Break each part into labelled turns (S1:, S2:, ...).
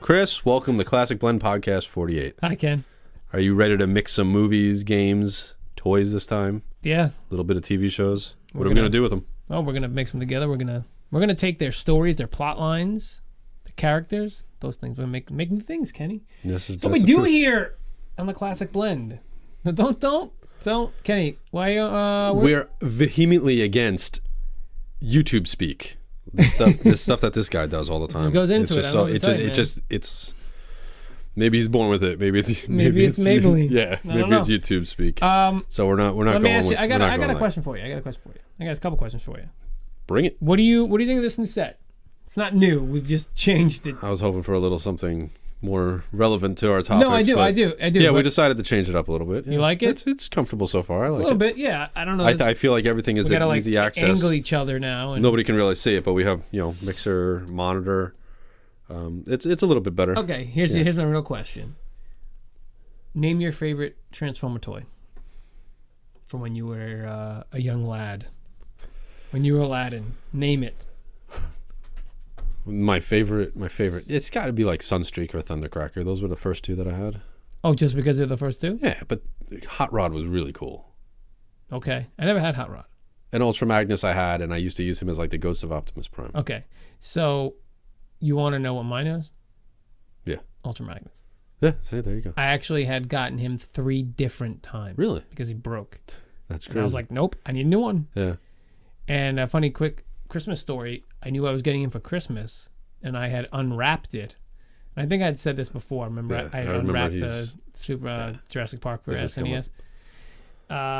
S1: Chris, welcome to Classic Blend Podcast 48.
S2: I can.
S1: Are you ready to mix some movies, games, toys this time?
S2: Yeah.
S1: A little bit of TV shows? What
S2: We're
S1: are we going
S2: gonna-
S1: to do with them?
S2: Oh, we're gonna mix them together. We're gonna we're gonna take their stories, their plot lines, their characters, those things. We're make make new things, Kenny.
S1: This is
S2: So
S1: that's
S2: we
S1: the
S2: do
S1: truth.
S2: here on the classic blend. No, don't don't don't Kenny. Why uh we're,
S1: We're vehemently against YouTube speak. This stuff, this stuff that this guy does all the time.
S2: goes into
S1: it's
S2: it,
S1: just
S2: I
S1: So,
S2: don't know what
S1: it,
S2: to
S1: just,
S2: tell you,
S1: it
S2: man.
S1: just, it's. Maybe he's born with it. Maybe it's maybe,
S2: it's Maybelline.
S1: Yeah,
S2: I
S1: maybe
S2: don't
S1: it's
S2: know.
S1: YouTube speak.
S2: um
S1: so we're not we're not
S2: let me
S1: going.
S2: ask you
S1: With,
S2: I got
S1: we're not
S2: a- I
S1: going
S2: got a
S1: that.
S2: question for you. I got a question for you. I got a couple questions for you.
S1: Bring it.
S2: What do you what do you think of this new set? It's not new. We've just changed it.
S1: I was hoping for a little something more relevant to our topic.
S2: No, I do, I do, I do.
S1: Yeah, we
S2: but
S1: decided to change it up a little bit. You
S2: like it?
S1: It's, it's comfortable so far. I
S2: a
S1: like
S2: little
S1: it.
S2: bit, yeah. I don't know.
S1: I,
S2: this-
S1: th- I feel like everything is
S2: we gotta
S1: an
S2: like
S1: easy access.
S2: angle each other now. And,
S1: Nobody can really see it, but we have you know mixer, monitor. Um, it's it's a little bit better.
S2: Okay, here's here's my real question. Name your favorite Transformer toy from when you were uh, a young lad. When you were Aladdin, name it.
S1: My favorite, my favorite. It's got to be like Sunstreak or Thundercracker. Those were the first two that I had.
S2: Oh, just because they're the first two?
S1: Yeah, but Hot Rod was really cool.
S2: Okay, I never had Hot Rod.
S1: And Ultra Magnus I had, and I used to use him as like the ghost of Optimus Prime.
S2: Okay, so you want to know what mine is?
S1: Yeah.
S2: Ultra Magnus.
S1: Yeah, see, there you go.
S2: I actually had gotten him three different times.
S1: Really?
S2: Because he broke.
S1: That's
S2: And
S1: crazy.
S2: I was like, nope, I need a new one.
S1: yeah,
S2: And a funny quick Christmas story. I knew I was getting him for Christmas, and I had unwrapped it. And I think I'd said this before. Remember,
S1: Yeah,
S2: I had
S1: I remember
S2: unwrapped
S1: he's-
S2: the Super uh, Jurassic Park for
S1: This has come up.
S2: SNES.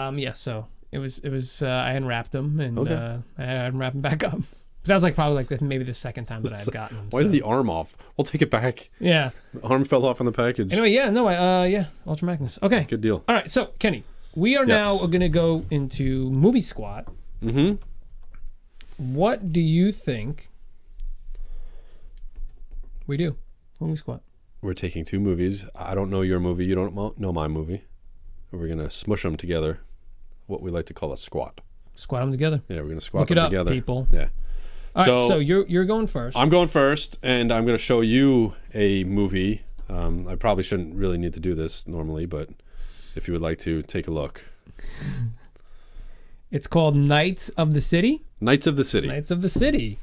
S2: Um, yeah, so it was it was uh, I unwrapped them and
S1: Okay.
S2: uh, I had unwrapped them back up. But that was like probably like the, maybe the second time that I had gotten them.
S1: why is
S2: so-
S1: the arm off? We'll take it back.
S2: yeah?
S1: The arm fell off on the package.
S2: Anyway, yeah, no, I uh, yeah, Ultra Magnus. Okay,
S1: Good deal.
S2: all right. So Kenny, we are
S1: Yes.
S2: now going to go into movie squad.
S1: Mm-hmm.
S2: What do you think we do when we squat?
S1: We're taking two movies. I don't know your movie. You don't mo- know my movie. We're gonna smush them together. What we like to call a squat.
S2: Squat them together.
S1: Yeah, we're gonna squat
S2: Look it
S1: them
S2: up,
S1: together.
S2: people.
S1: Yeah.
S2: All right,
S1: So-
S2: so, you're you're going first.
S1: I'm going first, and I'm going to show you a movie. Um, I probably shouldn't really need to do this normally, but if you would like to take a look,
S2: It's called Knights of the City.
S1: Knights of the City.
S2: Knights of the City.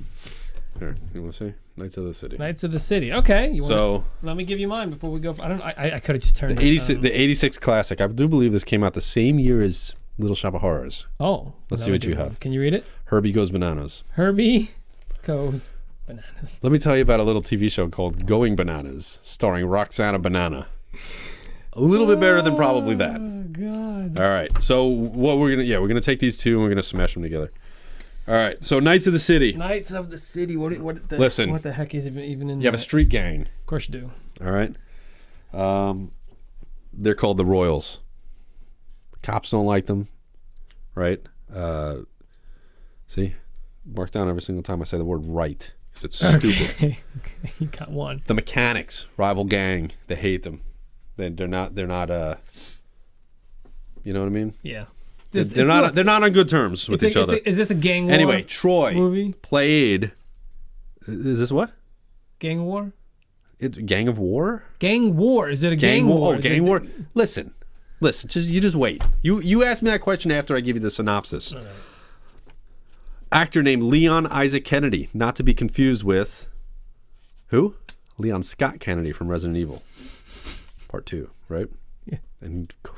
S1: Here, you want to see Knights of the City?
S2: Knights of the City. Okay. You wanna,
S1: So
S2: let me give you mine before we go. For, I don't. I, I- I could have just turned
S1: the
S2: it,
S1: '86,
S2: um,
S1: the '86 classic. I do believe this came out the same year as Little Shop of Horrors.
S2: oh,
S1: Let's
S2: now
S1: see
S2: I
S1: what
S2: do
S1: you have.
S2: Can you read it?
S1: Herbie goes bananas.
S2: Herbie goes bananas.
S1: Let me tell you about a little TV show called Going Bananas, starring Roxana Banana. A little bit better than probably that.
S2: Oh God.
S1: All right. So what we're gonna yeah we're gonna take these two and we're gonna smash them together. All right. So Knights of the City.
S2: Knights of the City. What? What? The,
S1: Listen.
S2: What the heck is even even in?
S1: You have a
S2: that?
S1: street gang.
S2: of course you do.
S1: All right. Um, they're called the Royals. Cops don't like them, right? Uh, see, mark down every single time I say the word right because it's stupid.
S2: okay. You got one.
S1: The mechanics, rival gang, they hate them. They, they're not. They're not. Uh, you know what I mean?
S2: Yeah. This-
S1: They're
S2: it's
S1: not.
S2: not-
S1: They're not on good terms with
S2: It's
S1: each
S2: a- it's
S1: other.
S2: a- is this a gang war?
S1: anyway, Troy
S2: movie?
S1: played. Is this what?
S2: gang war.
S1: It, gang of War.
S2: Gang war. Is it a gang,
S1: Gang, war.
S2: war?
S1: Oh,
S2: Is
S1: gang
S2: it-
S1: war. Listen, listen. Just you just wait. You you ask me that question after I give you the synopsis. Actor named Leon Isaac Kennedy, not to be confused with who? Leon Scott Kennedy from Resident Evil, Part Two, right?
S2: Yeah.
S1: And c-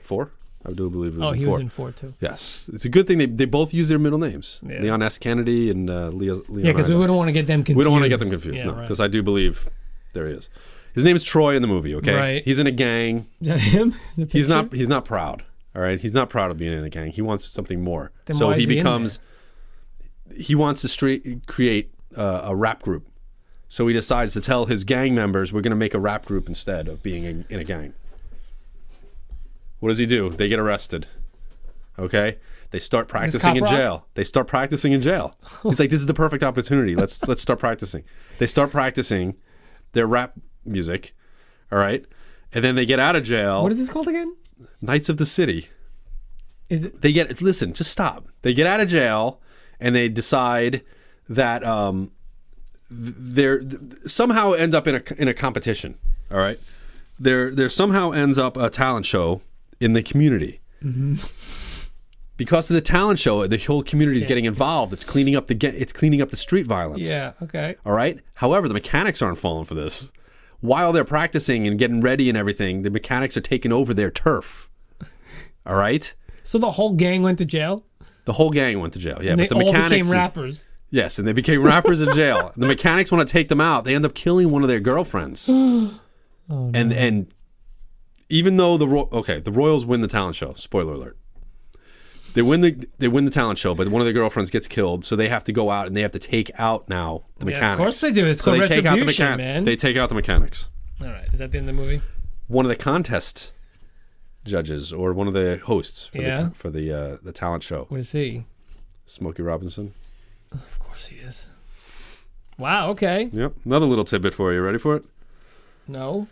S1: four. I do believe it was
S2: Oh,
S1: in
S2: he
S1: four.
S2: was in four too.
S1: yes, it's a good thing they, they both use their middle names.
S2: Yeah.
S1: Leon S. Kennedy and uh, Leo, Leon.
S2: Yeah, because
S1: Isaac.
S2: we wouldn't want to get them confused.
S1: We don't want to get them confused,
S2: Yeah,
S1: no,
S2: right.
S1: because I do believe there he is. His name is Troy in the movie. Okay,
S2: Right.
S1: he's in a gang.
S2: Is that him? The
S1: He's not.
S2: picture?
S1: He's not proud. All right, he's not proud of being in a gang. He wants something more.
S2: Then
S1: so
S2: why
S1: he
S2: is he in
S1: becomes. He wants to straight, create uh, a rap group. So he decides to tell his gang members, "We're going to make a rap group instead of being in, in a gang." What does he do? They get arrested. Okay, they start practicing
S2: cop
S1: in
S2: rock?
S1: jail. They start practicing in jail. He's like, "This is the perfect opportunity. Let's let's start practicing." They start practicing their rap music, All right. And then they get out of jail.
S2: What is this called again?
S1: Knights of the City.
S2: Is it?
S1: They get listen, just stop. They get out of jail and they decide that um th- they're th- somehow end up in a in a competition, all right? There there somehow ends up a talent show in the community. Because of the talent show, the whole community is getting involved. It's cleaning up the ge- it's cleaning up the street violence.
S2: Yeah. Okay.
S1: All right. However, the mechanics aren't falling for this. While they're practicing and getting ready and everything, the mechanics are taking over their turf. All right.
S2: So the whole gang went to jail.
S1: The whole gang went to jail. Yeah,
S2: And
S1: but
S2: they
S1: the
S2: all
S1: mechanics.
S2: became rappers.
S1: Yes, and they became rappers in jail. The mechanics want to take them out. They end up killing one of their girlfriends.
S2: Oh,
S1: And and even though the Ro- okay, the Royals win the talent show. Spoiler alert. They win the they win the talent show, but one of their girlfriends gets killed, so they have to go out and they have to take out now the
S2: Yeah, of
S1: mechanics.
S2: course they do. It's
S1: so
S2: called
S1: they take out the
S2: retribution,
S1: mechanics.
S2: man.
S1: They take out the mechanics
S2: All right. Is that the end of the movie?
S1: one of the contest judges or one of the hosts for
S2: Yeah.
S1: the for the uh, the talent show.
S2: What is he?
S1: Smokey Robinson.
S2: Of course he is. Wow. Okay.
S1: Yep. Another little tidbit for you. Ready for it?
S2: No.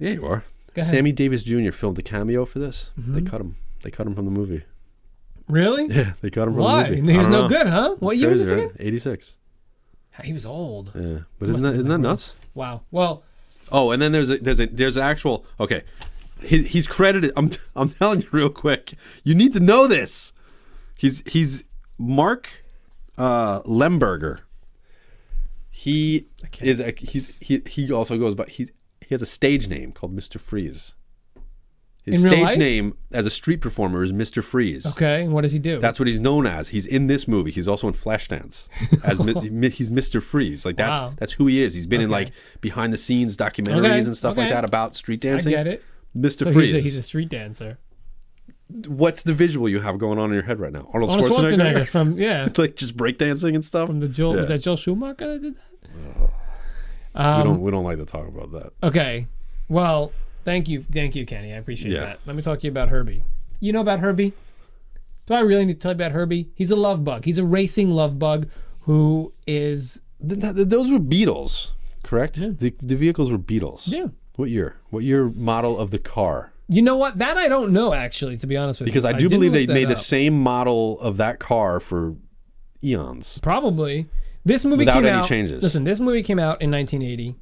S1: Yeah, you are.
S2: Go ahead. Mm-hmm.
S1: Sammy Davis Jr. filmed a cameo for this. They cut him. They cut him from the movie.
S2: Really?
S1: Yeah, they cut him from
S2: Why?
S1: the movie.
S2: And He was no good, huh? What year was this again?
S1: Eighty six.
S2: He was old.
S1: Yeah, but isn't that isn't that nuts?
S2: Wow. Well,
S1: Oh, and then there's a there's a there's an actual okay. He, he's credited. I'm I'm telling you real quick. You need to know this. He's he's Mark uh, Lemberger. He is a, he's he he also goes by he he has a stage name called Mr. Freeze. His
S2: In real
S1: stage
S2: life?
S1: name as a street performer is Mr. Freeze.
S2: okay. And what does he do?
S1: That's what he's known as. He's in this movie. He's also in Flashdance. As mi- mi- he's Mr. Freeze. Like that's
S2: Wow.
S1: that's who he is. He's been in like behind the scenes documentaries
S2: Okay,
S1: and stuff like
S2: okay.
S1: that about street
S2: I
S1: dancing.
S2: get it.
S1: Mr.
S2: So
S1: Freeze.
S2: he's a, he's a street dancer.
S1: What's the visual you have going on in your head right now? Arnold,
S2: Arnold
S1: Schwarzenegger.
S2: Schwarzenegger from yeah
S1: like just breakdancing and stuff.
S2: from the Joel was
S1: Yeah.
S2: that Joel Schumacher that did that?
S1: we don't we don't like to talk about that.
S2: Okay. Well, thank you, thank you, Kenny. I appreciate
S1: Yeah.
S2: that. Let me talk to you about Herbie. You know about Herbie? Do I really need to tell you about Herbie? He's a love bug. He's a racing love bug who is
S1: Th- th- th- those were Beatles, correct? The the vehicles were Beatles.
S2: yeah.
S1: What year? What year model of the car?
S2: You know what? That I don't know actually, to be honest with you.
S1: Because I do
S2: didn't
S1: believe
S2: look
S1: they
S2: that
S1: made the
S2: up.
S1: same model of that car for eons.
S2: Probably. This movie
S1: Without
S2: came
S1: any
S2: out,
S1: changes.
S2: Listen, this movie came out in 1980.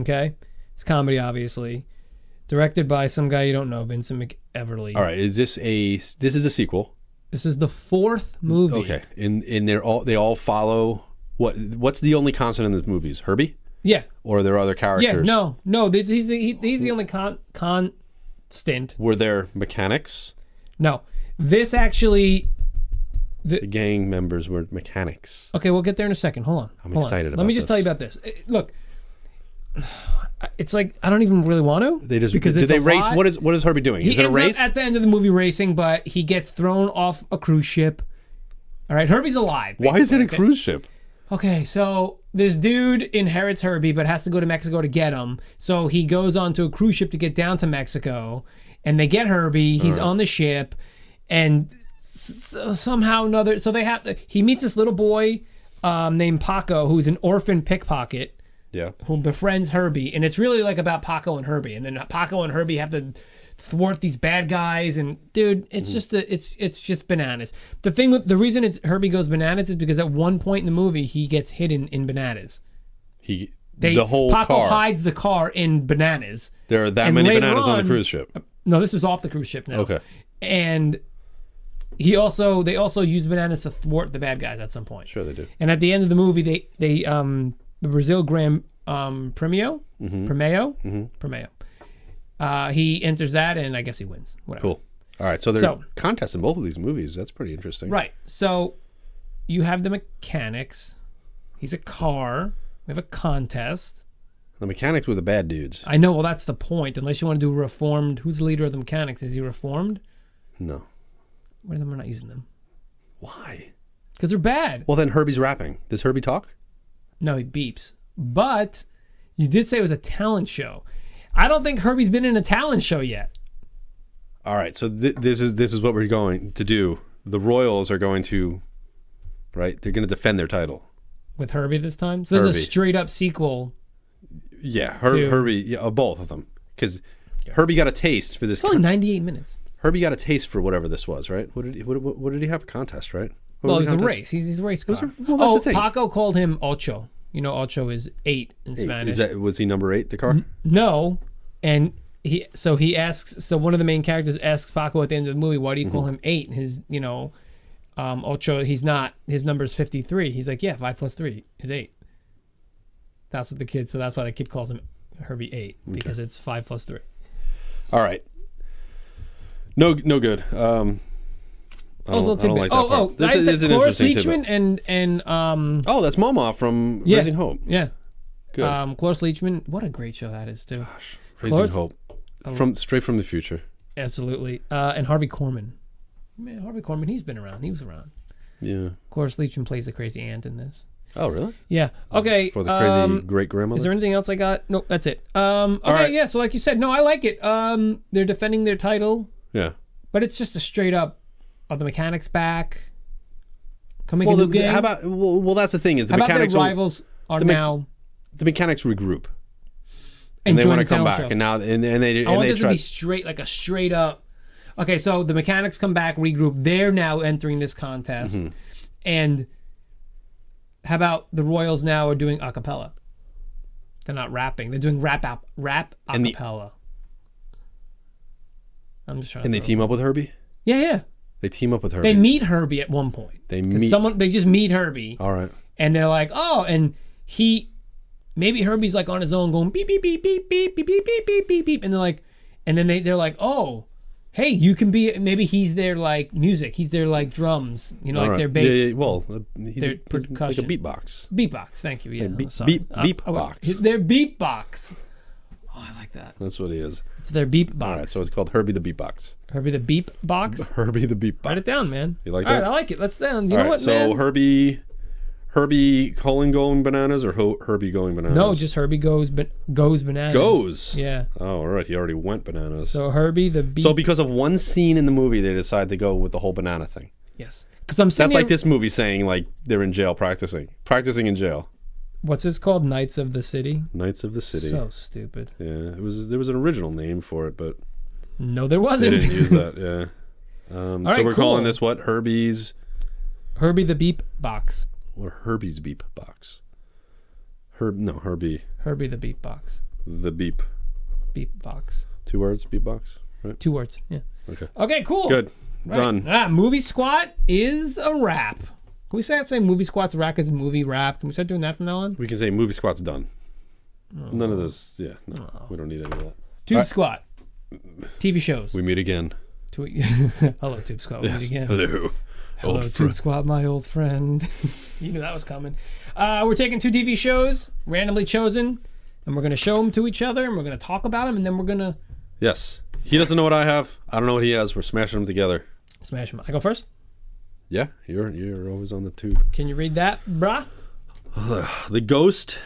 S2: Okay, it's comedy, obviously. Directed by some guy you don't know, Vincent McEverly.
S1: All right, is this a this is a sequel?
S2: This is the fourth movie.
S1: Okay, and and they're all they all follow what what's the only constant in the movies? Herbie
S2: Yeah.
S1: or are there other
S2: Yeah.
S1: characters?
S2: No. No. This he's the he, he's the only con constant.
S1: were there mechanics?
S2: No. This actually.
S1: The gang members were mechanics.
S2: Okay, we'll get there in a second. Hold on. I'm
S1: excited
S2: Let me
S1: about
S2: just tell you
S1: this.
S2: about this. Eh, Look. It's like I don't even really want to.
S1: They just
S2: because
S1: did
S2: it's
S1: they
S2: a
S1: race?
S2: lot.
S1: What is what is Herbie doing?
S2: He
S1: is it a
S2: ends up
S1: race?
S2: at the end of the movie racing, but he gets thrown off a cruise ship. All right, Herbie's alive.
S1: Why is it
S2: basically.
S1: a cruise ship?
S2: Okay, so this dude inherits Herbie, but has to go to Mexico to get him. So he goes onto a cruise ship to get down to Mexico, and they get Herbie. He's on the ship, and s- s- somehow another. So they have. He meets this little boy um, named Paco, who's an orphan pickpocket
S1: Yeah.
S2: who befriends Herbie, and it's really like about Paco and Herbie, and then Paco and Herbie have to thwart these bad guys, and dude, it's
S1: Mm-hmm.
S2: just a, it's it's just bananas. The thing, with, the reason it's Herbie goes bananas is because at one point in the movie he gets hidden in bananas.
S1: He
S2: They,
S1: the whole
S2: Paco
S1: car.
S2: hides the car in bananas.
S1: there are that
S2: and
S1: many
S2: later
S1: bananas on,
S2: on-
S1: the cruise ship.
S2: No, this was off the cruise ship now.
S1: Okay.
S2: and he also they also use bananas to thwart the bad guys at some point.
S1: Sure they do.
S2: And at the end of the movie, they they um the Brazil Graham um Premio Premio Premio. Uh, he enters that, and I guess he wins. Whatever.
S1: Cool. All right, so there are
S2: So-
S1: contests in both of these movies. That's pretty interesting.
S2: Right. So you have the mechanics. He's a car. We have a contest.
S1: The mechanics were the bad dudes.
S2: I know. Well, that's the point. Unless you want to do reformed. Who's the leader of the mechanics? Is he reformed?
S1: No.
S2: What are them? We're not using them
S1: Why?
S2: because they're bad.
S1: Well, then Herbie's rapping. Does Herbie talk?
S2: No, he beeps. But you did say it was a talent show. I don't think Herbie's been in a talent show yet.
S1: All right, so th- this is this is what we're going to do. The Royals are going to, right? They're going to defend their title.
S2: with Herbie this time. So there's
S1: Herbie.
S2: a straight up sequel
S1: yeah, Her,
S2: to-
S1: Herbie, yeah, uh, both of them, because Herbie got a taste for this.
S2: It's only 98 minutes.
S1: Herbie got a taste for whatever this was, right? What did he, what, what, what did he have a contest, right? What
S2: Well,
S1: the
S2: it was a
S1: contest?
S2: race. He's, he's a race car.
S1: well, that's
S2: oh,
S1: the thing.
S2: Paco called him Ocho. You know, Ocho is eight in Spanish.
S1: Is that was he number eight? The car.
S2: Mm-hmm. no, and he so he asks. So one of the main characters asks Paco at the end of the movie, "Why do you
S1: Mm-hmm.
S2: call him eight? And his, you know, um, Ocho. He's not. His number is fifty three. He's like, yeah, five plus three is eight. That's what the kid. So that's why the kid calls him Herbie Eight because it's five plus three.
S1: All right. No, no good. Um, I
S2: Also,
S1: don't, I don't like that
S2: oh,
S1: part.
S2: oh,
S1: That's-
S2: I-
S1: it's an
S2: Cloris
S1: interesting tidbit.
S2: Leachman and and um,
S1: Oh, that's Mama from
S2: yeah,
S1: Raising Hope.
S2: Yeah,
S1: Good.
S2: Um, Cloris Leachman. What a great show that is, too.
S1: Raising
S2: Cloris-
S1: Hope. From straight from the future.
S2: Absolutely. Uh, and Harvey Korman. Man, Harvey Korman, he's been around. He was around.
S1: Yeah.
S2: Cloris Leachman plays the crazy aunt in this.
S1: Oh, really?
S2: Yeah. Okay.
S1: For the crazy
S2: um,
S1: great grandmother.
S2: is there anything else I got? No, that's it. Um, okay,
S1: right.
S2: yeah. So, like you said, no, I like it. Um, they're defending their title,
S1: yeah.
S2: but it's just a straight up, are the mechanics back? Come make
S1: Well, the,
S2: a new game.
S1: how about well, well? That's the thing is the
S2: How about
S1: mechanics.
S2: their
S1: will-
S2: rivals are
S1: me-
S2: now
S1: the mechanics regroup
S2: and
S1: and they
S2: join
S1: want to
S2: the
S1: come
S2: talent
S1: back,
S2: show?
S1: and now and, and they
S2: I
S1: and
S2: want
S1: they
S2: this to
S1: try.
S2: be straight, like a straight up. Okay, so the mechanics come back, regroup. They're now entering this contest,
S1: Mm-hmm.
S2: and how about the Royals now are doing a cappella? They're not rapping. They're doing rap ap- rap a
S1: And the-
S2: cappella. I'm just trying.
S1: And
S2: to
S1: they
S2: throw-
S1: team up with Herbie.
S2: yeah, yeah.
S1: They team up with Herbie.
S2: They meet Herbie at one point.
S1: They
S2: 'Cause
S1: meet-
S2: someone. They just meet Herbie,
S1: All right.
S2: and they're like, oh, and he, maybe Herbie's like on his own going beep beep beep beep beep beep beep beep beep beep beep, and they're like, and then they they're like, oh, hey, you can be maybe he's their like music, he's their like drums, you know,
S1: All
S2: like
S1: right.
S2: their bass.
S1: Yeah, yeah, well, uh, he's,
S2: Their
S1: a, he's like a
S2: percussion.
S1: beatbox.
S2: Beatbox, thank you. Yeah,
S1: beep-
S2: sorry.
S1: beep-
S2: Uh,
S1: beepbox.
S2: oh, Their beatbox. Oh, I like that.
S1: That's what he is.
S2: It's their beatbox.
S1: All right. So it's called Herbie the Beatbox.
S2: Herbie the beatbox.
S1: Herbie the Beatbox.
S2: Write it down, man.
S1: You like
S2: All right,
S1: that?
S2: I like it. Let's down. You
S1: All
S2: know
S1: right,
S2: what,
S1: so
S2: man?
S1: Herbie, Herbie colon going bananas or Ho- Herbie going bananas?
S2: No, just Herbie goes, but goes bananas.
S1: goes.
S2: Yeah.
S1: Oh, all right. He already went bananas. So,
S2: So Herbie the beat.
S1: because of one scene in the movie, they decide to go with the whole banana thing.
S2: yes. Because I'm sitting
S1: That's like
S2: here-
S1: this movie saying like they're in jail practicing, practicing in jail.
S2: what's this called? Knights of the City.
S1: Knights of the City.
S2: So stupid.
S1: Yeah, it was there was an original name for it, but
S2: No,
S1: they
S2: there wasn't.
S1: didn't use that. Yeah. Um,
S2: All
S1: so
S2: right,
S1: we're calling
S2: cool.
S1: this what Herbie's
S2: Herbie the Beep Box.
S1: or Herbie's Beep Box. Herb, no Herbie
S2: Herbie the Beep Box.
S1: the Beep.
S2: Beep Box.
S1: Two words, Beep Box. Right.
S2: Two words. Yeah.
S1: Okay.
S2: Okay. Cool.
S1: Good.
S2: Right.
S1: Done.
S2: Ah, movie squat is a wrap. Can we start saying movie squat's a wrap is movie wrap? Can we start doing that from now on?
S1: We can say movie squat's done. None of this. Yeah. No, We don't need any of that.
S2: Tube
S1: Alright.
S2: squat. TV shows.
S1: We meet again.
S2: Tweet. Hello, Tube Squat. We'll meet again.
S1: Hello.
S2: Hello,
S1: Old
S2: Tube
S1: friend.
S2: Squad, Uh, my old friend. you knew that was coming. Uh, we're taking two TV shows, randomly chosen, and we're going to show them to each other, and we're going to talk about them, and then we're going to
S1: Yes. He doesn't know what I have. I don't know what he has. We're smashing them together.
S2: smash them. I go first.
S1: Yeah, you're you're always on the tube.
S2: Can you read that, brah?
S1: The ghost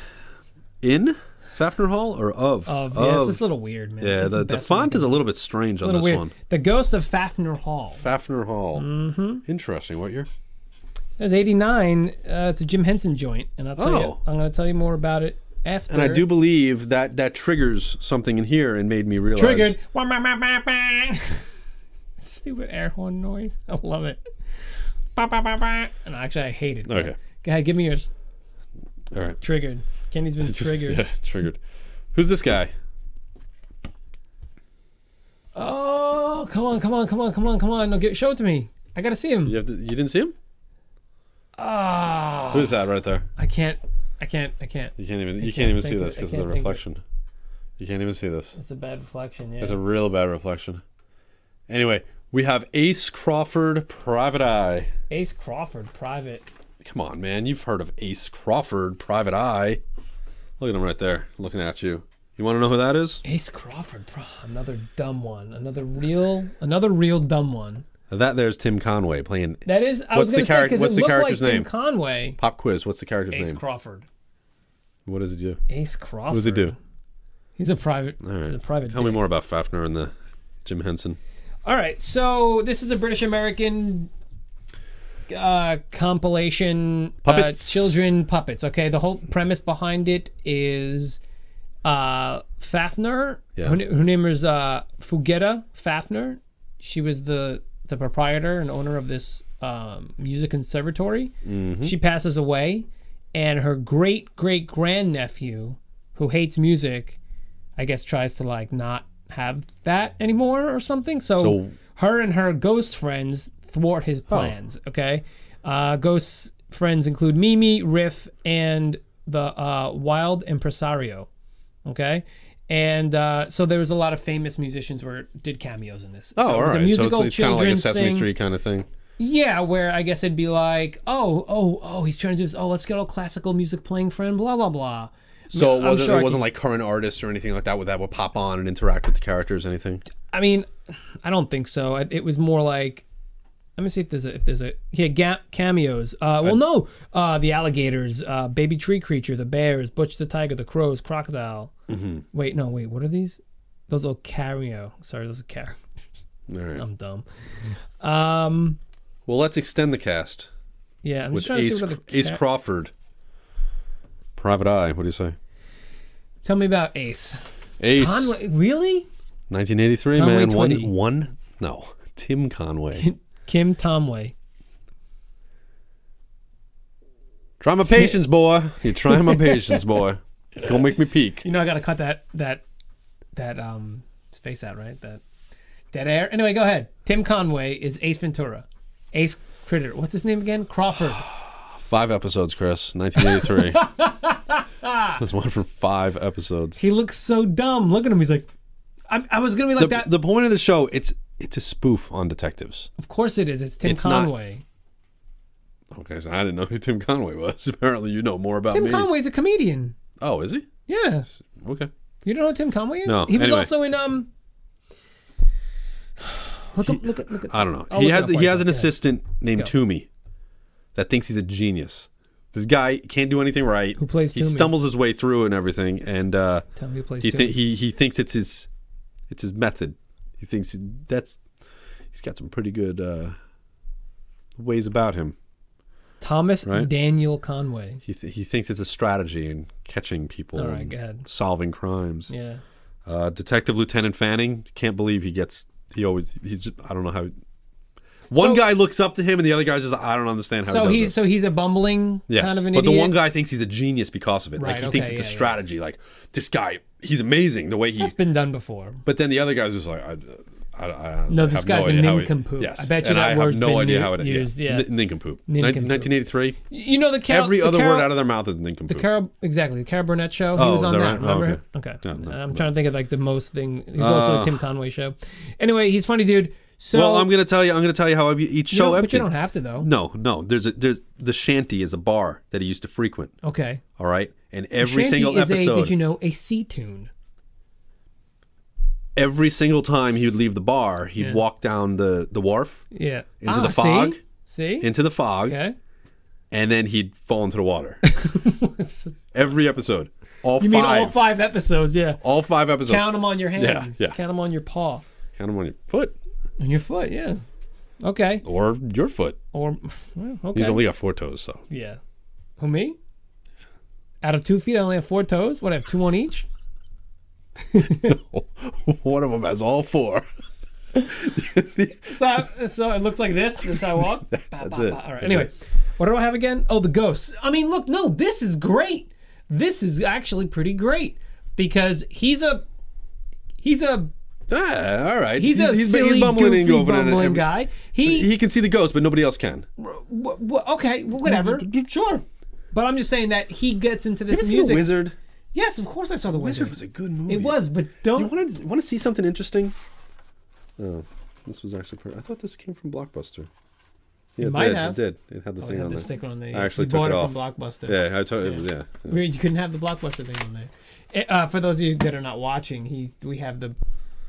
S1: in Fafner Hall or of?
S2: Of, yes, it's a little weird, man.
S1: yeah,
S2: It's
S1: the, the
S2: best one.
S1: font is a little bit strange
S2: A
S1: on
S2: little
S1: this
S2: weird.
S1: one.
S2: The Ghost of Fafner Hall.
S1: Fafner Hall. Mm-hmm. Interesting. What year?
S2: There's 89. Uh, it's a Jim Henson joint, and I'll tell you,
S1: Oh.
S2: I'm going to tell you more about it after.
S1: And I do believe that that triggers something in here and made me realize.
S2: Triggered. Wah, bah, bah, bah, bah. Stupid air horn noise. I love it. Bah, bah, bah, bah. And actually, I hate it.
S1: Okay.
S2: Go ahead, give me yours.
S1: All right.
S2: Triggered. Kenny's been triggered.
S1: yeah, triggered. Who's this guy?
S2: Oh, come on, come on, come on, come on, come on. No, get, show it to me. I gotta see him.
S1: You have to, you didn't see him?
S2: Ah,
S1: Who's that right there?
S2: I can't. I can't. I can't.
S1: You can't even you can't even
S2: think
S1: see
S2: of it.
S1: this
S2: I
S1: because of
S2: can't
S1: the
S2: think of it.
S1: reflection. You can't even see this.
S2: It's a bad reflection. Yeah.
S1: It's a real bad reflection. Anyway, we have Ace Crawford Private Eye.
S2: Ace Crawford, private.
S1: Come on, man. You've heard of Ace Crawford Private Eye. Look at him right there, looking at you. You want to know who that is?
S2: Ace Crawford, pro- another dumb one. Another real. Another real dumb one.
S1: That there's Tim Conway playing
S2: That is. I
S1: What's
S2: was
S1: the
S2: gonna say
S1: character-
S2: because
S1: what's
S2: it
S1: the
S2: looked like
S1: character's
S2: Tim
S1: name?
S2: Conway.
S1: Pop Quiz. What's the character's
S2: Ace
S1: name?
S2: Crawford.
S1: what does he do?
S2: Ace Crawford.
S1: What does he do?
S2: He's a private. He's a private.
S1: Tell me more about Fafner and the Jim Henson.
S2: All right, so this is a British American uh, compilation.
S1: Puppets.
S2: Uh, children puppets. Okay, the whole premise behind it is uh, Fafner.
S1: Yeah.
S2: Her, na- her name is uh, Fugetta Fafner. She was the the proprietor and owner of this um, music conservatory.
S1: Mm-hmm.
S2: She passes away, and her great great grandnephew, who hates music, I guess tries to like not have that anymore or something. So,
S1: So-
S2: her and her ghost friends thwart his plans. Okay, uh, ghost friends include Mimi, Riff, and the uh, Wild Impresario. Okay. And uh, so there was a lot of famous musicians where did cameos in this.
S1: Oh,
S2: so it
S1: all
S2: was
S1: right.
S2: A musical
S1: so it's, it's kind of like a
S2: children's
S1: Sesame
S2: thing.
S1: Street kind of thing.
S2: Yeah, where I guess it'd be like, oh, oh, oh, he's trying to do this. Oh, let's get all classical music playing for him. Blah blah blah.
S1: So it
S2: I'm
S1: wasn't
S2: sure I
S1: it wasn't like current artists or anything like that would that would pop on and interact with the characters or anything.
S2: I mean, I don't think so. I- It was more like, let me see if there's a if there's a yeah ga- cameos. Uh, well, no, uh, the alligators, uh, baby tree creature, the bears, Butch the tiger, the crows, crocodile.
S1: Mm-hmm.
S2: Wait, no, wait, what are these? Those are cameo. Sorry, those are car.
S1: All right.
S2: I'm dumb.
S1: Mm-hmm.
S2: Um,
S1: Well, let's extend the cast
S2: yeah, I'm just
S1: with
S2: trying to
S1: Ace
S2: see what the
S1: Ace
S2: ca-
S1: Crawford, Private Eye. What do you say?
S2: Tell me about Ace.
S1: Ace,
S2: Conway, really?
S1: 1983
S2: Conway
S1: man. One
S2: 20.
S1: one no Tim Conway.
S2: Kim Tomway.
S1: try my patience, boy. You're trying my patience, boy. Gonna make me peak.
S2: You know, I gotta cut that that that um space out, right? That dead air. Anyway, go ahead. Tim Conway is Ace Ventura, Ace Critter. What's his name again? Crawford.
S1: Five episodes, Chris. 1983. this one from five episodes.
S2: He looks so dumb. Look at him. He's like, I, I was gonna be like
S1: The,
S2: that.
S1: the point of the show it's it's a spoof on detectives.
S2: of course it is. It's Tim
S1: It's not-
S2: Conway.
S1: Okay, so I didn't know who Tim Conway was. Apparently, you know more about
S2: Tim
S1: me.
S2: Conway's a comedian.
S1: Oh, is he?
S2: Yeah.
S1: Okay.
S2: You don't know who Tim Conway is?
S1: No,
S2: He was
S1: anyway.
S2: also in um. Look up, look at, look at.
S1: I don't know.
S2: I'll
S1: he
S2: look it
S1: has
S2: up
S1: he
S2: right
S1: has
S2: now.
S1: an
S2: Go ahead.
S1: assistant named Toomey that thinks he's a genius. This guy can't do anything right. Who
S2: plays
S1: He
S2: Toomey?
S1: stumbles his way through and everything, and uh,
S2: Tell me who plays
S1: he
S2: Toomey.
S1: th- he he thinks it's his it's his method. He thinks he, that's he's got some pretty good uh, ways about him.
S2: Thomas
S1: right?
S2: Daniel Conway.
S1: He th- he thinks it's a strategy in catching people
S2: All right,
S1: and
S2: go ahead.
S1: solving crimes.
S2: Yeah.
S1: Uh, Detective Lieutenant Fanning can't believe he gets. He always. He's. Just, I don't know how. One
S2: So-
S1: guy looks up to him, and the other guy just. I don't understand how.
S2: So
S1: he does
S2: he's
S1: it.
S2: so he's a bumbling
S1: Yes,
S2: kind of an
S1: but
S2: idiot.
S1: the one guy thinks he's a genius because of it. like
S2: Right,
S1: he thinks
S2: okay,
S1: it's a
S2: yeah, yeah.
S1: strategy. Like this guy, he's amazing the way he.
S2: That's been done before.
S1: but then the other guy's just like, I, I, I honestly
S2: No, this
S1: have no
S2: guy's a
S1: idea how he-
S2: nincompoop.
S1: Yes,
S2: I bet you
S1: and
S2: that
S1: I
S2: word's
S1: have no
S2: been
S1: idea
S2: u-
S1: how it is.
S2: used, yeah.
S1: N- nincompoop.
S2: Nincompoop.
S1: Nineteen eighty-three.
S2: You know the Cal,
S1: Every
S2: the
S1: other
S2: Carol,
S1: word out of their mouth is nincompoop.
S2: the Carol exactly the Carol Burnett show. He
S1: Oh,
S2: was
S1: is
S2: on
S1: that
S2: that.
S1: right? Oh,
S2: Remember? okay.
S1: Yeah, no,
S2: I'm trying to think of like the most thing. He's
S1: Uh.
S2: also a Tim Conway show. Anyway, he's funny dude. So
S1: well, I'm gonna tell you. I'm gonna tell you how each
S2: you
S1: show
S2: don't-
S1: empty.
S2: but you don't have to though.
S1: No, no. There's a there's the shanty is a bar that he used to frequent.
S2: Okay.
S1: All right, and every
S2: Shanty
S1: single
S2: is
S1: episode,
S2: A, did you know a C tune?
S1: every single time he would leave the bar, he'd
S2: Yeah.
S1: walk down the the wharf
S2: Yeah.
S1: Into the
S2: Ah, see?
S1: fog?
S2: See.
S1: into the fog,
S2: okay.
S1: and then he'd fall into the water. every episode, all five,
S2: You mean all five episodes? Yeah.
S1: all five episodes.
S2: Count them on your hand.
S1: Yeah, yeah.
S2: Count them on your paw.
S1: Count them on your foot
S2: On your foot. Yeah. Okay.
S1: or your foot.
S2: Or well, okay.
S1: He's only got four toes, so
S2: Yeah. Who me? Out of two feet, I only have four toes. What I have two on each.
S1: one of them has all four.
S2: So, so it looks like this. This I walk. Bah, bah,
S1: That's it.
S2: bah. All right.
S1: That's
S2: Anyway,
S1: it.
S2: what do I have again? Oh, the ghosts. I mean, look. No, this is great. This is actually pretty great because he's a he's a
S1: Ah, all right.
S2: he's, a silly, goofy, bumbling
S1: and-
S2: guy. He,
S1: He can see the ghost, but nobody else can.
S2: wh- wh- okay, wh- whatever. Sure. But I'm just saying that he gets into this
S1: You ever see The
S2: music.
S1: Wizard?
S2: yes, of course I saw the
S1: Wizard
S2: wizard.
S1: was a good movie.
S2: It was, but don't.
S1: You want to want to see something interesting? Oh, this was actually. Pretty, I thought this came from Blockbuster. Yeah, it,
S2: might
S1: did.
S2: have.
S1: It did. It had the
S2: I
S1: thing
S2: had
S1: on
S2: the
S1: there.
S2: sticker on there.
S1: I actually
S2: you
S1: took
S2: bought
S1: it
S2: it,
S1: off.
S2: from Blockbuster.
S1: Yeah, I told it was- yeah. yeah.
S2: Weird, You couldn't have the Blockbuster thing on there. It- uh, for those of you that are not watching, he we have the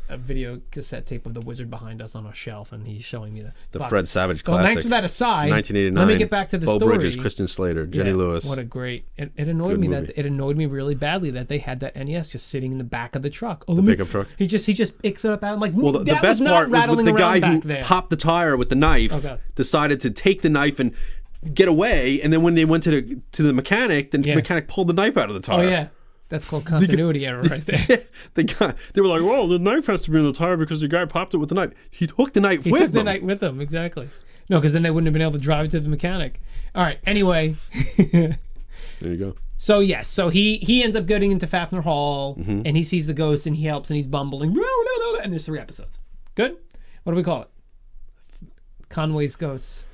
S2: a video cassette tape of the wizard behind us on a shelf, and he's showing me the
S1: The
S2: box.
S1: Fred Savage
S2: Well,
S1: classic.
S2: thanks for that aside.
S1: 1989.
S2: Let me get back to the
S1: Bo
S2: story.
S1: Bridges, Kristen Slater, Jenny
S2: Yeah,
S1: Lewis.
S2: What a great! It, it annoyed
S1: Good
S2: me
S1: movie.
S2: that it annoyed me really badly that they had that NES just sitting in the back of the truck. Oh, the
S1: pickup truck?
S2: He just he just picks it up out. I'm like,
S1: well, the, the
S2: that
S1: best
S2: was not
S1: part was
S2: rattling
S1: with the
S2: around
S1: guy who
S2: back there.
S1: popped the tire with the knife,
S2: God.
S1: decided to take the knife and get away, and then when they went to the to the mechanic, the mechanic pulled the knife out of the
S2: Oh
S1: tire.
S2: yeah. That's called continuity error right there.
S1: the guy, they were like, "Whoa, the knife has to be in the tire because the guy popped it with the knife. He took the knife
S2: He
S1: with
S2: took the
S1: him.
S2: night with him, exactly. No, because then they wouldn't have been able to drive it to the mechanic. All right. Anyway,
S1: There you go.
S2: so yes, so he he ends up getting into Fafner Hall, and he sees the ghost, and he helps, and he's bumbling. And there's three episodes. Good. What do we call it? Conway's Ghosts.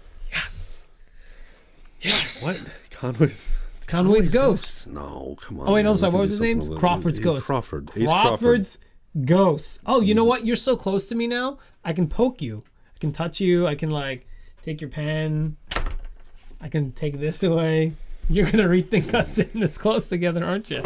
S1: Yes. What? Conway's.
S2: Conway's, Ghosts.
S1: No, come on.
S2: Oh wait,
S1: man.
S2: no, I'm
S1: We
S2: sorry.
S1: can
S2: What was
S1: do
S2: his
S1: something
S2: name?
S1: a little-
S2: Crawford's
S1: Ace
S2: Ghost.
S1: Crawford. Ace Crawford.
S2: Crawford's Ghost. Oh, you know what? You're so close to me now. I can poke you. I can touch you. I can like take your pen. I can take this away. You're gonna rethink us sitting this close together, aren't you?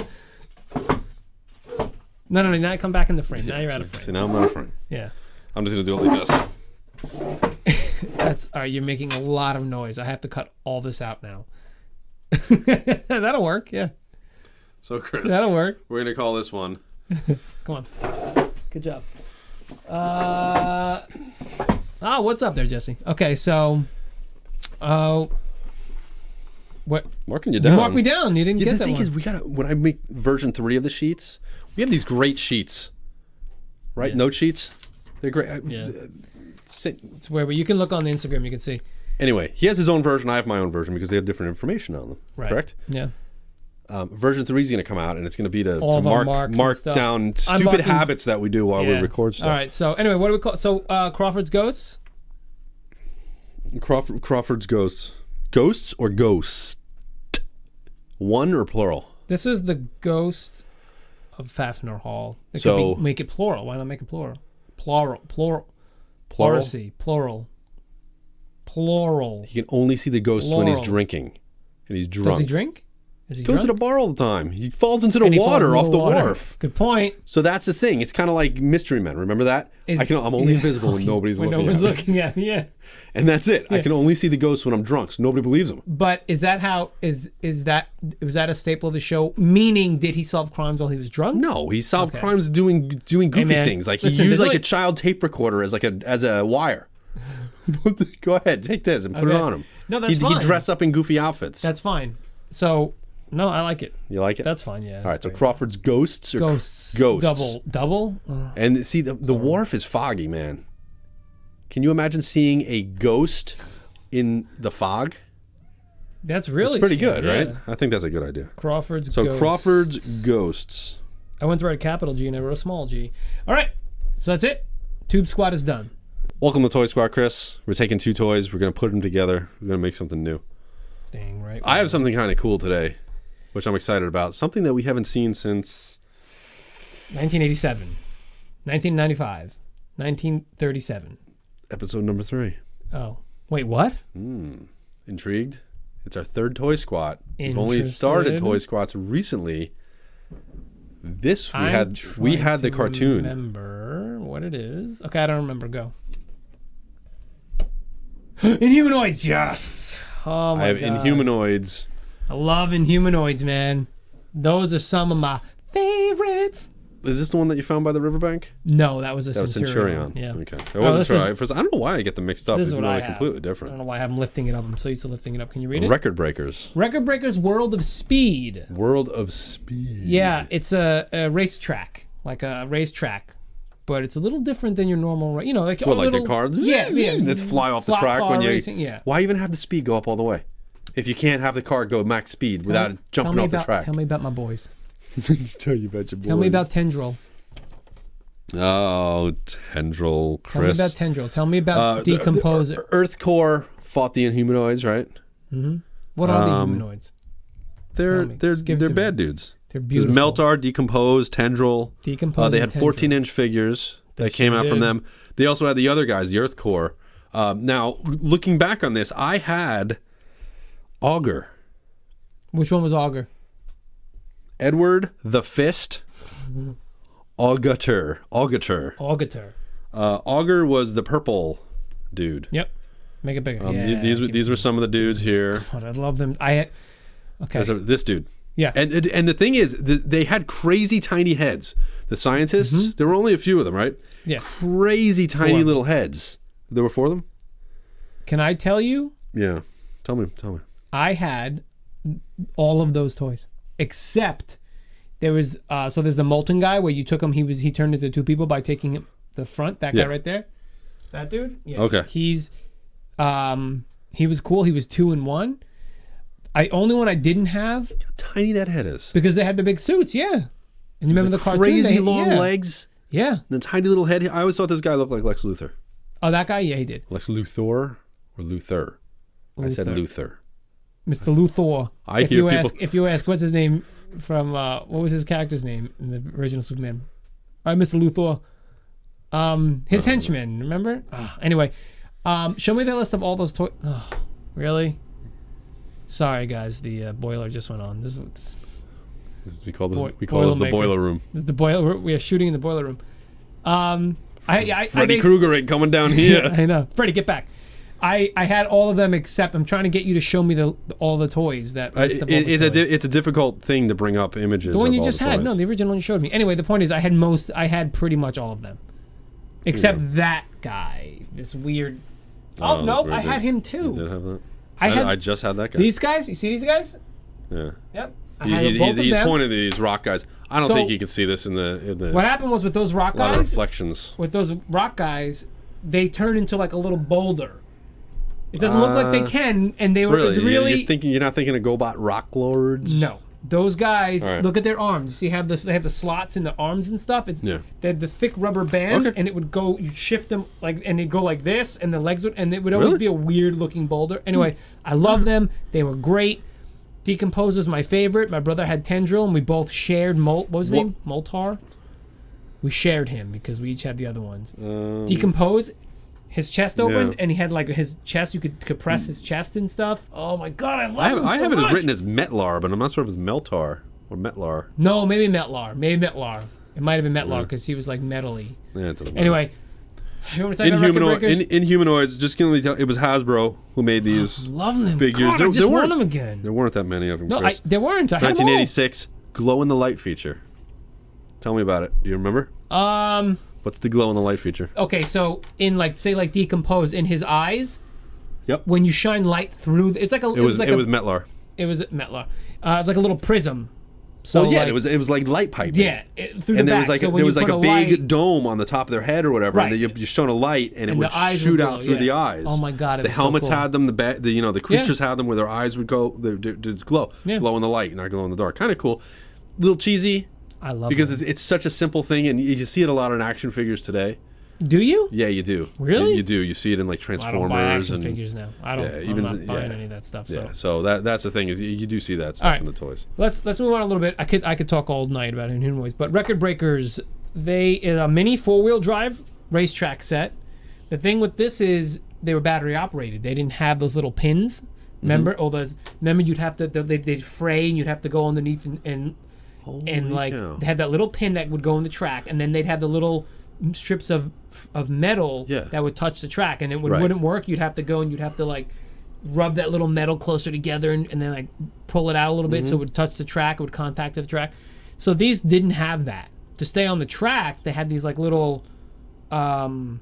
S2: No, no, no. Now come back in the frame. Now you're out of frame.
S1: See, now I'm not a friend.
S2: Yeah.
S1: I'm just gonna do it like this.
S2: That's all right. You're making a lot of noise. I have to cut all this out now. That'll work. Yeah.
S1: So Chris,
S2: That'll work.
S1: we're gonna call this one.
S2: Come on. Good job. Uh, ah, what's up there, Jesse? Okay, so, oh, what?
S1: Marking you
S2: You
S1: down.
S2: marked me down. You didn't
S1: Um, Yeah,
S2: get
S1: the
S2: that
S1: thing
S2: one.
S1: is, we gotta when I make version three of the sheets, we have these great sheets, right? Note sheets, they're great. I-
S2: Yeah.
S1: uh, sit-
S2: it's where you can look on the Instagram. You can see.
S1: Anyway, he has his own version. I have my own version because they have different information on them.
S2: Right.
S1: Correct.
S2: Yeah.
S1: Um, version three is going to come out, and it's going to be to,
S2: All
S1: to
S2: of our
S1: mark
S2: marks and
S1: mark
S2: stuff.
S1: down stupid
S2: marking-
S1: habits that we do while we
S2: yeah.
S1: record stuff.
S2: All right. So anyway, what do we call? So uh, Crawford's ghosts.
S1: Crawford, Crawford's ghosts, ghosts or ghost, one or plural.
S2: This is the ghost of Fafnir Hall. It could
S1: So-
S2: be, make it plural. Why not make it plural? Plural. Plural.
S1: Plural.
S2: Pluracy. Plural. Plural.
S1: He can only see the ghost when he's
S2: Plural.
S1: drinking, and he's drunk.
S2: Does he drink? Is he
S1: Goes
S2: drunk?
S1: to the bar all the time. He falls into the
S2: And he falls
S1: water
S2: into
S1: off the,
S2: water.
S1: wharf.
S2: Good point.
S1: So that's the thing. It's kind of like Mystery Men. Remember that?
S2: Is-
S1: I can. I'm only invisible when nobody's
S2: When
S1: looking.
S2: no one's
S1: at me.
S2: looking at me. Yeah.
S1: And that's it. I can only see the ghost when I'm drunk, so nobody believes him.
S2: But is that how is is that was that a staple of the show? Meaning, did he solve crimes while he was drunk?
S1: No, he solved crimes doing doing goofy
S2: man,
S1: things. Like
S2: listen,
S1: he used
S2: there's
S1: like
S2: only-
S1: a child tape recorder as like a as a wire. Go ahead, take this and put it
S2: Okay.
S1: on him.
S2: No, that's
S1: he'd,
S2: fine.
S1: He'd dress up in goofy outfits.
S2: That's fine. So no, I like it.
S1: you like it?
S2: That's fine. Yeah.
S1: all right.
S2: that's
S1: So
S2: great.
S1: Crawford's ghosts or
S2: ghosts,
S1: ghosts
S2: double, double. Uh,
S1: And see, the, the wharf is foggy, man. Can you imagine seeing a ghost in the fog?
S2: That's really
S1: It's pretty
S2: scary,
S1: good,
S2: yeah.
S1: right? I think that's a good idea.
S2: Crawford's.
S1: So
S2: ghost.
S1: Crawford's ghosts.
S2: I went to write a capital G and I wrote a small G. All right. So that's it. Tube Squad is done.
S1: Welcome to Toy Squad, Chris. We're taking two toys. We're gonna put them together. We're gonna make something new.
S2: Dang right.
S1: I have something kind of cool today, which I'm excited about. Something that we haven't seen since
S2: 1987, 1995, 1937.
S1: episode number three.
S2: Oh wait, what?
S1: Intrigued? It's our third Toy Squad. We've only
S2: Interested?
S1: started Toy Squads recently. This we
S2: I'm
S1: had we
S2: trying
S1: had the
S2: to
S1: cartoon.
S2: Remember what it is? Okay, I don't remember. Go. Inhumanoids, yes. Oh my
S1: I have
S2: god,
S1: Inhumanoids.
S2: I love Inhumanoids, man. Those are some of my favorites.
S1: Is this the one that you found by the riverbank?
S2: No, that was a
S1: That was
S2: centurion.
S1: Centurion.
S2: Yeah. Oh,
S1: Okay. I wasn't
S2: this
S1: sure.
S2: is-
S1: I, first, I don't know why I get them mixed up.
S2: This
S1: It's
S2: is what I
S1: like
S2: have.
S1: completely
S2: I don't
S1: different.
S2: know why I'm lifting it up. I'm so used to lifting it up. Can you read it?
S1: Record breakers.
S2: Record Breakers World of Speed.
S1: World of Speed.
S2: Yeah, it's a, a racetrack, like a racetrack, but it's a little different than your normal, ra- you know, like a
S1: What, like
S2: little,
S1: the car?
S2: Yeah, yeah,
S1: That fly off the
S2: slot
S1: track
S2: car
S1: when you.
S2: racing, yeah.
S1: Why even have the speed go up all the way? If you can't have the car go max speed without it
S2: Tell
S1: jumping
S2: me
S1: off
S2: about,
S1: the track.
S2: Tell me about my boys.
S1: Tell you about your boys.
S2: Tell me about Tendril.
S1: Oh, Tendril,
S2: Tell me
S1: Chris. Uh,
S2: about Tendril. Tell me about Decomposer.
S1: Earth Core fought the Inhumanoids, right?
S2: what are
S1: um,
S2: the humanoids?
S1: They're
S2: Tell me.
S1: they're
S2: Just give it
S1: they're
S2: to
S1: bad dudes.
S2: They're
S1: There's
S2: beautiful.
S1: Meltar, Decompose, Tendril.
S2: Decomposer.
S1: Uh, they had
S2: and Tendril.
S1: 14 inch figures that came out from
S2: did.
S1: them. They also had the other guys, the Earth Core. Um, now, looking back on this, I had Augur,
S2: Which one was Augur?
S1: Edward the Fist, Augator. Augator.
S2: Augator.
S1: Uh, Augur was the purple dude.
S2: Yep. Make it bigger.
S1: Um,
S2: yeah,
S1: th- these were
S2: give
S1: these were some of the dudes here.
S2: me one. I love them. I. Okay.
S1: So this dude.
S2: yeah.
S1: And, and and the thing is, th- they had crazy tiny heads. The scientists, there were only a few of them, right?
S2: yeah.
S1: Crazy tiny
S2: Mm-hmm. Four.
S1: little heads. There were four of them.
S2: Can I tell you?
S1: Yeah. Tell me. Tell me.
S2: I had all of those toys except There was uh, so there's the molten guy where you took him. He was he turned into two people by taking him the front. That guy
S1: Yeah.
S2: right there, that dude. Yeah.
S1: Okay.
S2: He's um he was cool. He was two and one. I only one I didn't have
S1: How tiny that head is.
S2: because they had the big suits. Yeah. And you remember the cartoon?
S1: Crazy
S2: they-
S1: long
S2: yeah.
S1: legs.
S2: Yeah.
S1: And the tiny little head. I always thought this guy looked like Lex Luthor.
S2: Oh, that guy. Yeah, he did.
S1: Lex Luthor or Luthor? I said Luthor.
S2: Luthor. Mr. Luthor.
S1: I
S2: if
S1: hear
S2: you
S1: people-
S2: ask, if you ask, what's his name from uh, what was his character's name in the original Superman? All right, Mr. Luthor. Um, his
S1: Uh-huh.
S2: henchman. Remember? Ah, anyway, um, show me the list of all those toys. Oh, really? Sorry, guys. The uh, boiler just went on. This is
S1: This- We call this
S2: Boi-
S1: we call this the
S2: Boilermaker.
S1: boiler room.
S2: this is the boiler. We are shooting in the boiler room. Um, I, I, I,
S1: Freddy
S2: make-
S1: Krueger ain't coming down here.
S2: I know. Freddie, get back. I, I had all of them except I'm trying to get you to show me the all the toys that.
S1: I-
S2: list
S1: it-
S2: of all the
S1: it's a di-
S2: toys.
S1: it's a difficult thing to bring up images.
S2: The one
S1: of
S2: you
S1: all
S2: just
S1: the
S2: had.
S1: toys.
S2: No, the original one you showed me. Anyway, the point is, I had most. I had pretty much all of them, except that guy. This weird. Oh,
S1: that's
S2: nope,
S1: weird,
S2: I
S1: dude.
S2: had him
S1: You did
S2: too.
S1: have that.
S2: I
S1: I,
S2: had
S1: I just had that guy.
S2: these guys. You see these guys?
S1: yeah.
S2: Yep. I
S1: He-
S2: had
S1: he's
S2: both
S1: he's,
S2: of
S1: he's
S2: them.
S1: pointing to these rock guys. I don't
S2: So-
S1: think you can see this in the in the
S2: What happened was with those rock
S1: lot of
S2: guys,
S1: reflections.
S2: with those rock guys, they turn into like a little boulder. It doesn't look like they
S1: Uh,
S2: can, and they were it
S1: Really,
S2: was
S1: You-
S2: really
S1: you're thinking you're not thinking of Gobot Rock Lords.
S2: No, those guys
S1: All right.
S2: look at their arms. You see, have this? They have the slots in the arms and stuff. It's
S1: Yeah.
S2: they had the thick rubber band,
S1: Okay.
S2: and it would go. You shift them like, and they'd go like this, and the legs would, and it would always
S1: Really?
S2: be a weird looking boulder. Anyway, I love them. They were great. Decompose was my favorite. My brother had Tendril, and we both shared Mol. What was his
S1: What-
S2: name? Moltar. We shared him because we each had the other ones.
S1: Um,
S2: Decompose. His chest opened,
S1: Yeah.
S2: and he had like his chest. You could compress his chest and stuff. Oh my god, I love
S1: I have,
S2: him
S1: I
S2: so
S1: have it
S2: much.
S1: as written as Metlar, but I'm not sure if it's Meltar or Metlar.
S2: No, maybe Metlar. Maybe Metlar. It might have been Metlar because he was like metally.
S1: Yeah, it doesn't matter.
S2: Anyway, you want to talk about
S1: Inhumanoid,
S2: record breakers?
S1: in, Inhumanoids. Just gonna be tell, it was Hasbro who made these.
S2: Love them.
S1: figures.
S2: God,
S1: There-
S2: I
S1: there
S2: just want
S1: weren't-
S2: them again.
S1: There weren't that many of them.
S2: No, I,
S1: Chris.
S2: there weren't. I had 'em all.
S1: 1986 glow in the light feature. Tell me about it. Do you remember?
S2: Um.
S1: What's the glow in the light feature?
S2: Okay, so in like say like decompose in his eyes.
S1: Yep.
S2: When you shine light through, th- it's like a.
S1: It was
S2: like
S1: it
S2: a,
S1: was Metlar.
S2: It was Metlar. Uh, it was like a little prism. So
S1: Oh yeah,
S2: like,
S1: it was it was like light piping.
S2: Yeah, it, through
S1: And
S2: the
S1: there
S2: back.
S1: was like
S2: so
S1: a,
S2: when
S1: there
S2: you
S1: was like
S2: put
S1: a
S2: light,
S1: big dome on the top of their head or whatever,
S2: Right.
S1: and then you, you shone a light and, it
S2: the
S1: would
S2: eyes
S1: shoot
S2: would
S1: out
S2: glow,
S1: through the
S2: yeah.
S1: eyes.
S2: Oh my God, it
S1: The
S2: was so
S1: helmets
S2: cool.
S1: had them. The ba- the you know the creatures had them where their eyes would go. They they- they'd glow,
S2: Yeah.
S1: glow in the light, not glow in the dark. Kind of cool, little cheesy
S2: I love
S1: because
S2: them.
S1: it's, it's such a simple thing, and you, you see it a lot in action figures today.
S2: Do you?
S1: Yeah, you do.
S2: Really?
S1: you, you do. You see it in like
S2: I don't buy
S1: Transformers
S2: action
S1: and
S2: figures now. I don't.
S1: Yeah,
S2: I'm
S1: even
S2: not
S1: s-
S2: buying
S1: yeah.
S2: any of that stuff. So.
S1: yeah. So that that's the thing is you, you do see that stuff
S2: All right.
S1: in the toys.
S2: Let's let's move on a little bit. I could I could talk all night about Inhumanoids, but Record Breakers, they is a mini four wheel drive racetrack set. The thing with this is they were battery operated. They didn't have those little pins. Remember, all those. Remember, you'd have to they they'd fray and you'd have to go underneath and and, and
S1: Holy
S2: like
S1: cow.
S2: they had that little pin that would go in the track, and then they'd have the little strips of of metal
S1: Yeah.
S2: that would touch the track, and it would,
S1: Right.
S2: wouldn't work. You'd have to go and you'd have to like rub that little metal closer together and, and then like pull it out a little bit so
S1: Mm-hmm.
S2: it would touch the track, it would contact the track. So these didn't have that. To stay on the track, they had these like little um,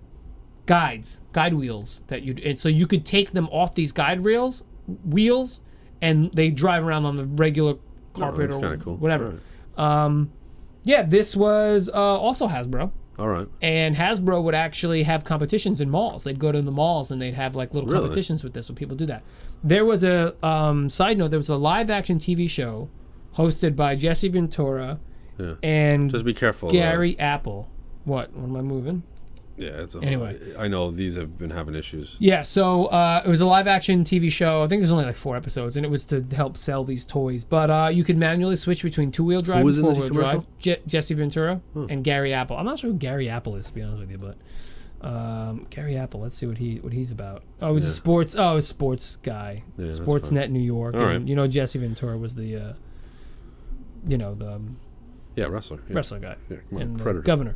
S2: guides, guide wheels that you and so you could take them off these guide rails wheels and they drive around on the regular carpet
S1: Oh, that's
S2: or
S1: kinda cool.
S2: whatever.
S1: All right.
S2: Um, yeah, this was uh, also Hasbro
S1: All right.
S2: and Hasbro would actually have competitions in malls. They'd go to the malls and they'd have like little
S1: Really?
S2: competitions with this, so people do that. There was a um, side note. There was a live action TV show hosted by Jesse Ventura
S1: Yeah.
S2: and
S1: Just be careful. uh,
S2: Gary Apple. What? What am I moving?
S1: yeah. It's a
S2: Anyway.
S1: I know these have been having issues.
S2: Yeah, so uh, it was a live action TV show. I think there's only like four episodes, and it was to help sell these toys. But uh, you could manually switch between two wheel drive
S1: was
S2: and
S1: in
S2: four
S1: the
S2: wheel
S1: commercial?
S2: drive. Je- Jesse Ventura and Gary Apple. I'm not sure who Gary Apple is, to be honest with you, but um, Gary Apple. Let's see what he what he's about. Oh, he's a
S1: Yeah.
S2: sports. Oh, a sports guy.
S1: Yeah, that's
S2: Sportsnet New York.
S1: All
S2: and,
S1: right.
S2: You know, Jesse Ventura was the, uh, you know, the um,
S1: Yeah, wrestler. Yeah.
S2: wrestler guy
S1: Yeah, come on,
S2: and the
S1: Predator.
S2: governor.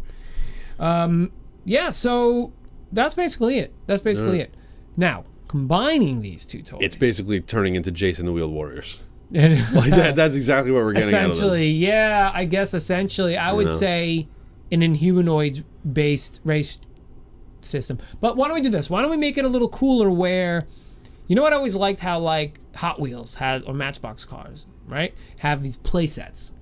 S2: Um, yeah, so that's basically it. That's basically it. Now, combining these two toys.
S1: It's basically turning into Jason the Wheeled Warriors.
S2: like
S1: Like that, that's exactly what we're getting out of this.
S2: essentially, yeah, I guess essentially, I would
S1: know.
S2: say an inhumanoids based race system. But why don't we do this? Why don't we make it a little cooler where you know what I always liked how like Hot Wheels has or Matchbox cars, right? Have these play sets.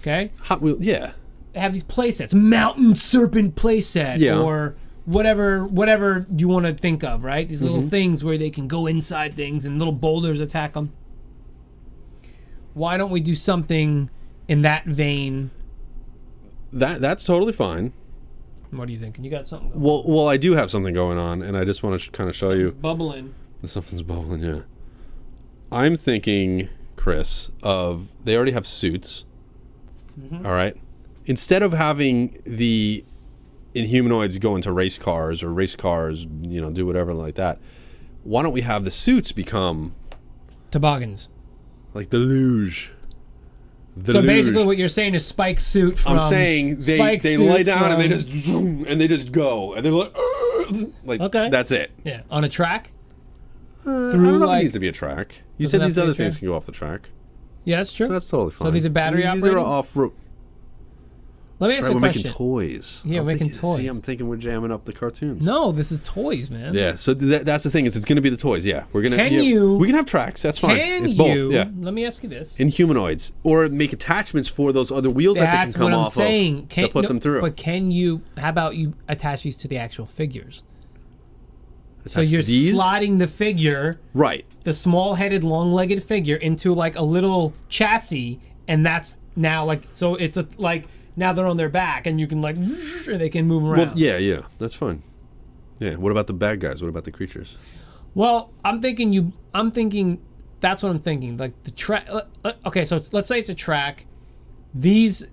S2: Okay,
S1: Hot Wheel, yeah,
S2: they have these playsets, mountain serpent playset,
S1: Yeah.
S2: or whatever whatever you want to think of, right? These
S1: Mm-hmm.
S2: little things where they can go inside things and little boulders attack them. Why don't we do something in that vein?
S1: that that's totally fine.
S2: What are you thinking? You got something going.
S1: Well, well, I do have something going on, and I just want to sh- kind of show you
S2: bubbling.
S1: something's bubbling. Yeah, I'm thinking, Chris, of they already have suits.
S2: Mm-hmm.
S1: all right, instead of having the Inhumanoids go into race cars or race cars, you know, do whatever like that. Why don't we have the suits become
S2: Toboggans.
S1: like the luge? The
S2: So basically, what you're saying is Spike's suit from.
S1: I'm saying they
S2: Spike's
S1: they
S2: suit
S1: lay down and they
S2: from-
S1: just zoom, and they just go and they're like, "Ugh," like
S2: Okay.
S1: that's it.
S2: Yeah, on a track.
S1: Uh, I
S2: Through,
S1: don't know if
S2: like-
S1: it needs to be a track. You
S2: Doesn't
S1: said
S2: it
S1: these
S2: have to be
S1: other
S2: a track?
S1: things can go off the track.
S2: Yeah, that's true.
S1: So Oh, that's totally fine.
S2: these are battery
S1: These are
S2: operated?
S1: off road.
S2: Let me ask
S1: Right,
S2: you
S1: we're
S2: a question.
S1: making toys.
S2: Yeah,
S1: I'm
S2: we're making
S1: thinking- See,
S2: toys.
S1: I'm thinking we're jamming up the cartoons.
S2: no, this is toys, man.
S1: Yeah, so th- that- that's the thing is it's going to be the toys. Yeah, we're gonna.
S2: Can
S1: yeah,
S2: you-
S1: We can have tracks. That's fine.
S2: Can
S1: it's both.
S2: you?
S1: Yeah,
S2: Let me ask you this.
S1: in humanoids or make attachments for those other wheels that they
S2: That's
S1: can come
S2: what I'm
S1: off
S2: saying.
S1: of
S2: Can,
S1: to put
S2: no,
S1: them through.
S2: But can you? How about you attach these to the actual figures? So
S1: Attach
S2: you're
S1: these?
S2: sliding the figure,
S1: right.
S2: the small-headed, long-legged figure, into like a little chassis, and that's now like so. It's a like now they're on their back, and you can like and they can move around.
S1: Well, yeah, yeah, that's fine. Yeah. What about the bad guys? What about the creatures?
S2: Well, I'm thinking you. I'm thinking that's what I'm thinking. Like the track. Okay, so it's, let's say it's a track. These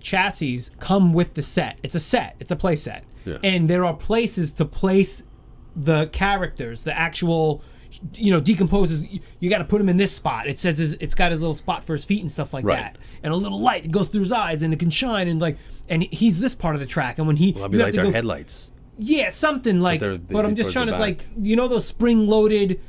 S2: chassis come with the set. It's a set. It's a play set.
S1: Yeah.
S2: And there are places to place the characters. The actual, you know, decomposes. You, got to put him in this spot. It says his, it's got his little spot for his feet and stuff like
S1: Right.
S2: that. And a little light that goes through his eyes and it can shine and like. And he's this part of the track. And when he
S1: I'll
S2: you
S1: be
S2: have
S1: like
S2: to
S1: their
S2: go-
S1: headlights.
S2: yeah, something like.
S1: they're-
S2: But,
S1: they'd
S2: I'm
S1: be
S2: just trying
S1: towards
S2: to
S1: the
S2: like you know those spring loaded.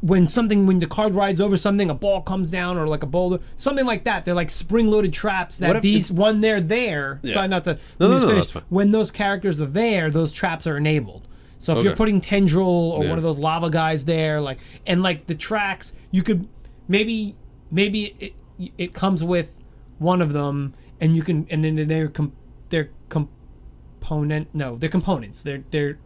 S2: When something when the card rides over something, a ball comes down or like a boulder, something like that. They're like spring loaded traps that
S1: What if
S2: these when they're there. Sorry, not to.
S1: No,
S2: let me
S1: no,
S2: just
S1: no,
S2: finish.
S1: that's fine.
S2: When those characters are there, those traps are enabled. So if you're
S1: Okay.
S2: putting tendril or
S1: Yeah.
S2: one of those lava guys there, like and like the tracks, you could maybe maybe it, it comes with one of them, and you can and then they're com- they're com- component. No, they're components. They're they're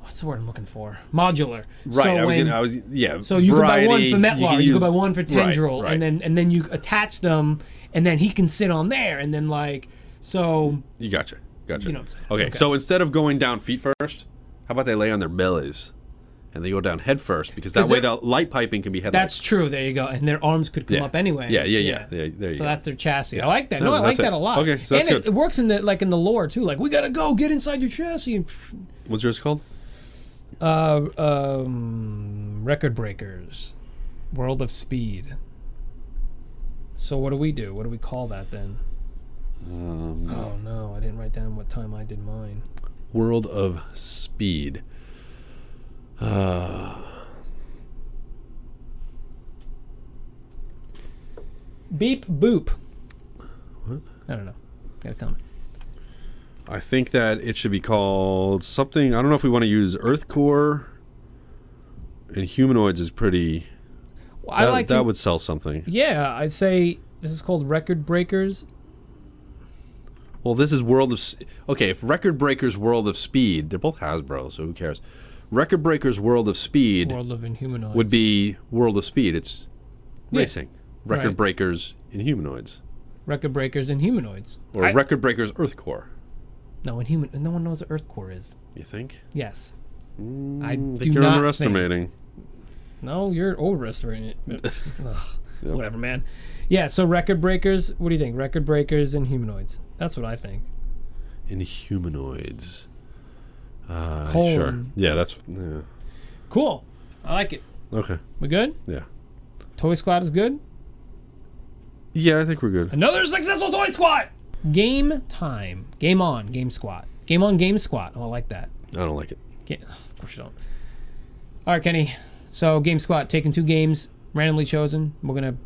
S2: what's the word I'm looking for? Modular.
S1: Right.
S2: So
S1: I was.
S2: when-
S1: in, I was. Yeah.
S2: so you
S1: variety,
S2: can buy one for Metlar, you,
S1: can
S2: can buy
S1: use-
S2: one for
S1: right,
S2: Tendril,
S1: right.
S2: and then and then you attach them, and then he can sit on there, and then like so.
S1: you gotcha. Gotcha.
S2: You know what I'm saying.
S1: okay,
S2: Okay.
S1: So instead of going down feet first, how about they lay on their bellies, and they go down head first because that
S2: 'Cause
S1: way the
S2: they're-
S1: light piping can be headlights.
S2: That's true. There you go. And their arms could come
S1: Yeah.
S2: up anyway.
S1: Yeah, yeah, yeah. Yeah, there you
S2: so
S1: go.
S2: that's their chassis. I like that. No,
S1: No,
S2: I like
S1: that's it.
S2: that a lot.
S1: Okay, so that's
S2: and It,
S1: good.
S2: it works in the like in the lore too. Like we gotta go, get inside your chassis. And,
S1: What's yours called?
S2: uh, um, record breakers, world of speed. So what do we do? What do we call that then?
S1: Um,
S2: oh no, I didn't write down what time I did mine.
S1: World of Speed.
S2: Beep boop. I don't know. Got a comment.
S1: I think that it should be called something. I don't know if we want to use Earth Core. And humanoids is pretty.
S2: Well,
S1: That,
S2: I like
S1: that
S2: to-
S1: would sell something.
S2: Yeah, I'd say this is called record breakers.
S1: Well, this is World of. S- Okay, if Record Breakers World of Speed, they're both Hasbro, so who cares? Record Breakers World of Speed
S2: World of Inhumanoids.
S1: would be World of Speed. It's
S2: Yeah.
S1: racing. Record
S2: Right.
S1: Breakers in humanoids.
S2: record breakers and humanoids.
S1: Or Record Breakers Earth Core.
S2: No, and human. No one knows what Earth Core is.
S1: You think?
S2: Yes. I
S1: Mm, I
S2: do
S1: think you're
S2: not think-
S1: underestimating.
S2: No, you're overestimating it. Ugh, Whatever, man. Yeah. So record breakers. What do you think? Record breakers and humanoids. That's what I think.
S1: In humanoids. Uh,
S2: Colon.
S1: Sure. Yeah, that's. Yeah.
S2: Cool. I like it.
S1: Okay.
S2: We good?
S1: Yeah.
S2: Toy Squad is good.
S1: Yeah, I think we're good.
S2: Another successful Toy Squad. Game time. Game on. Game squad. Game on. Game squad. Oh, I like that.
S1: I don't like it.
S2: Ga- of course you don't. All right, Kenny. So Game Squad taking two games randomly chosen. We're gonna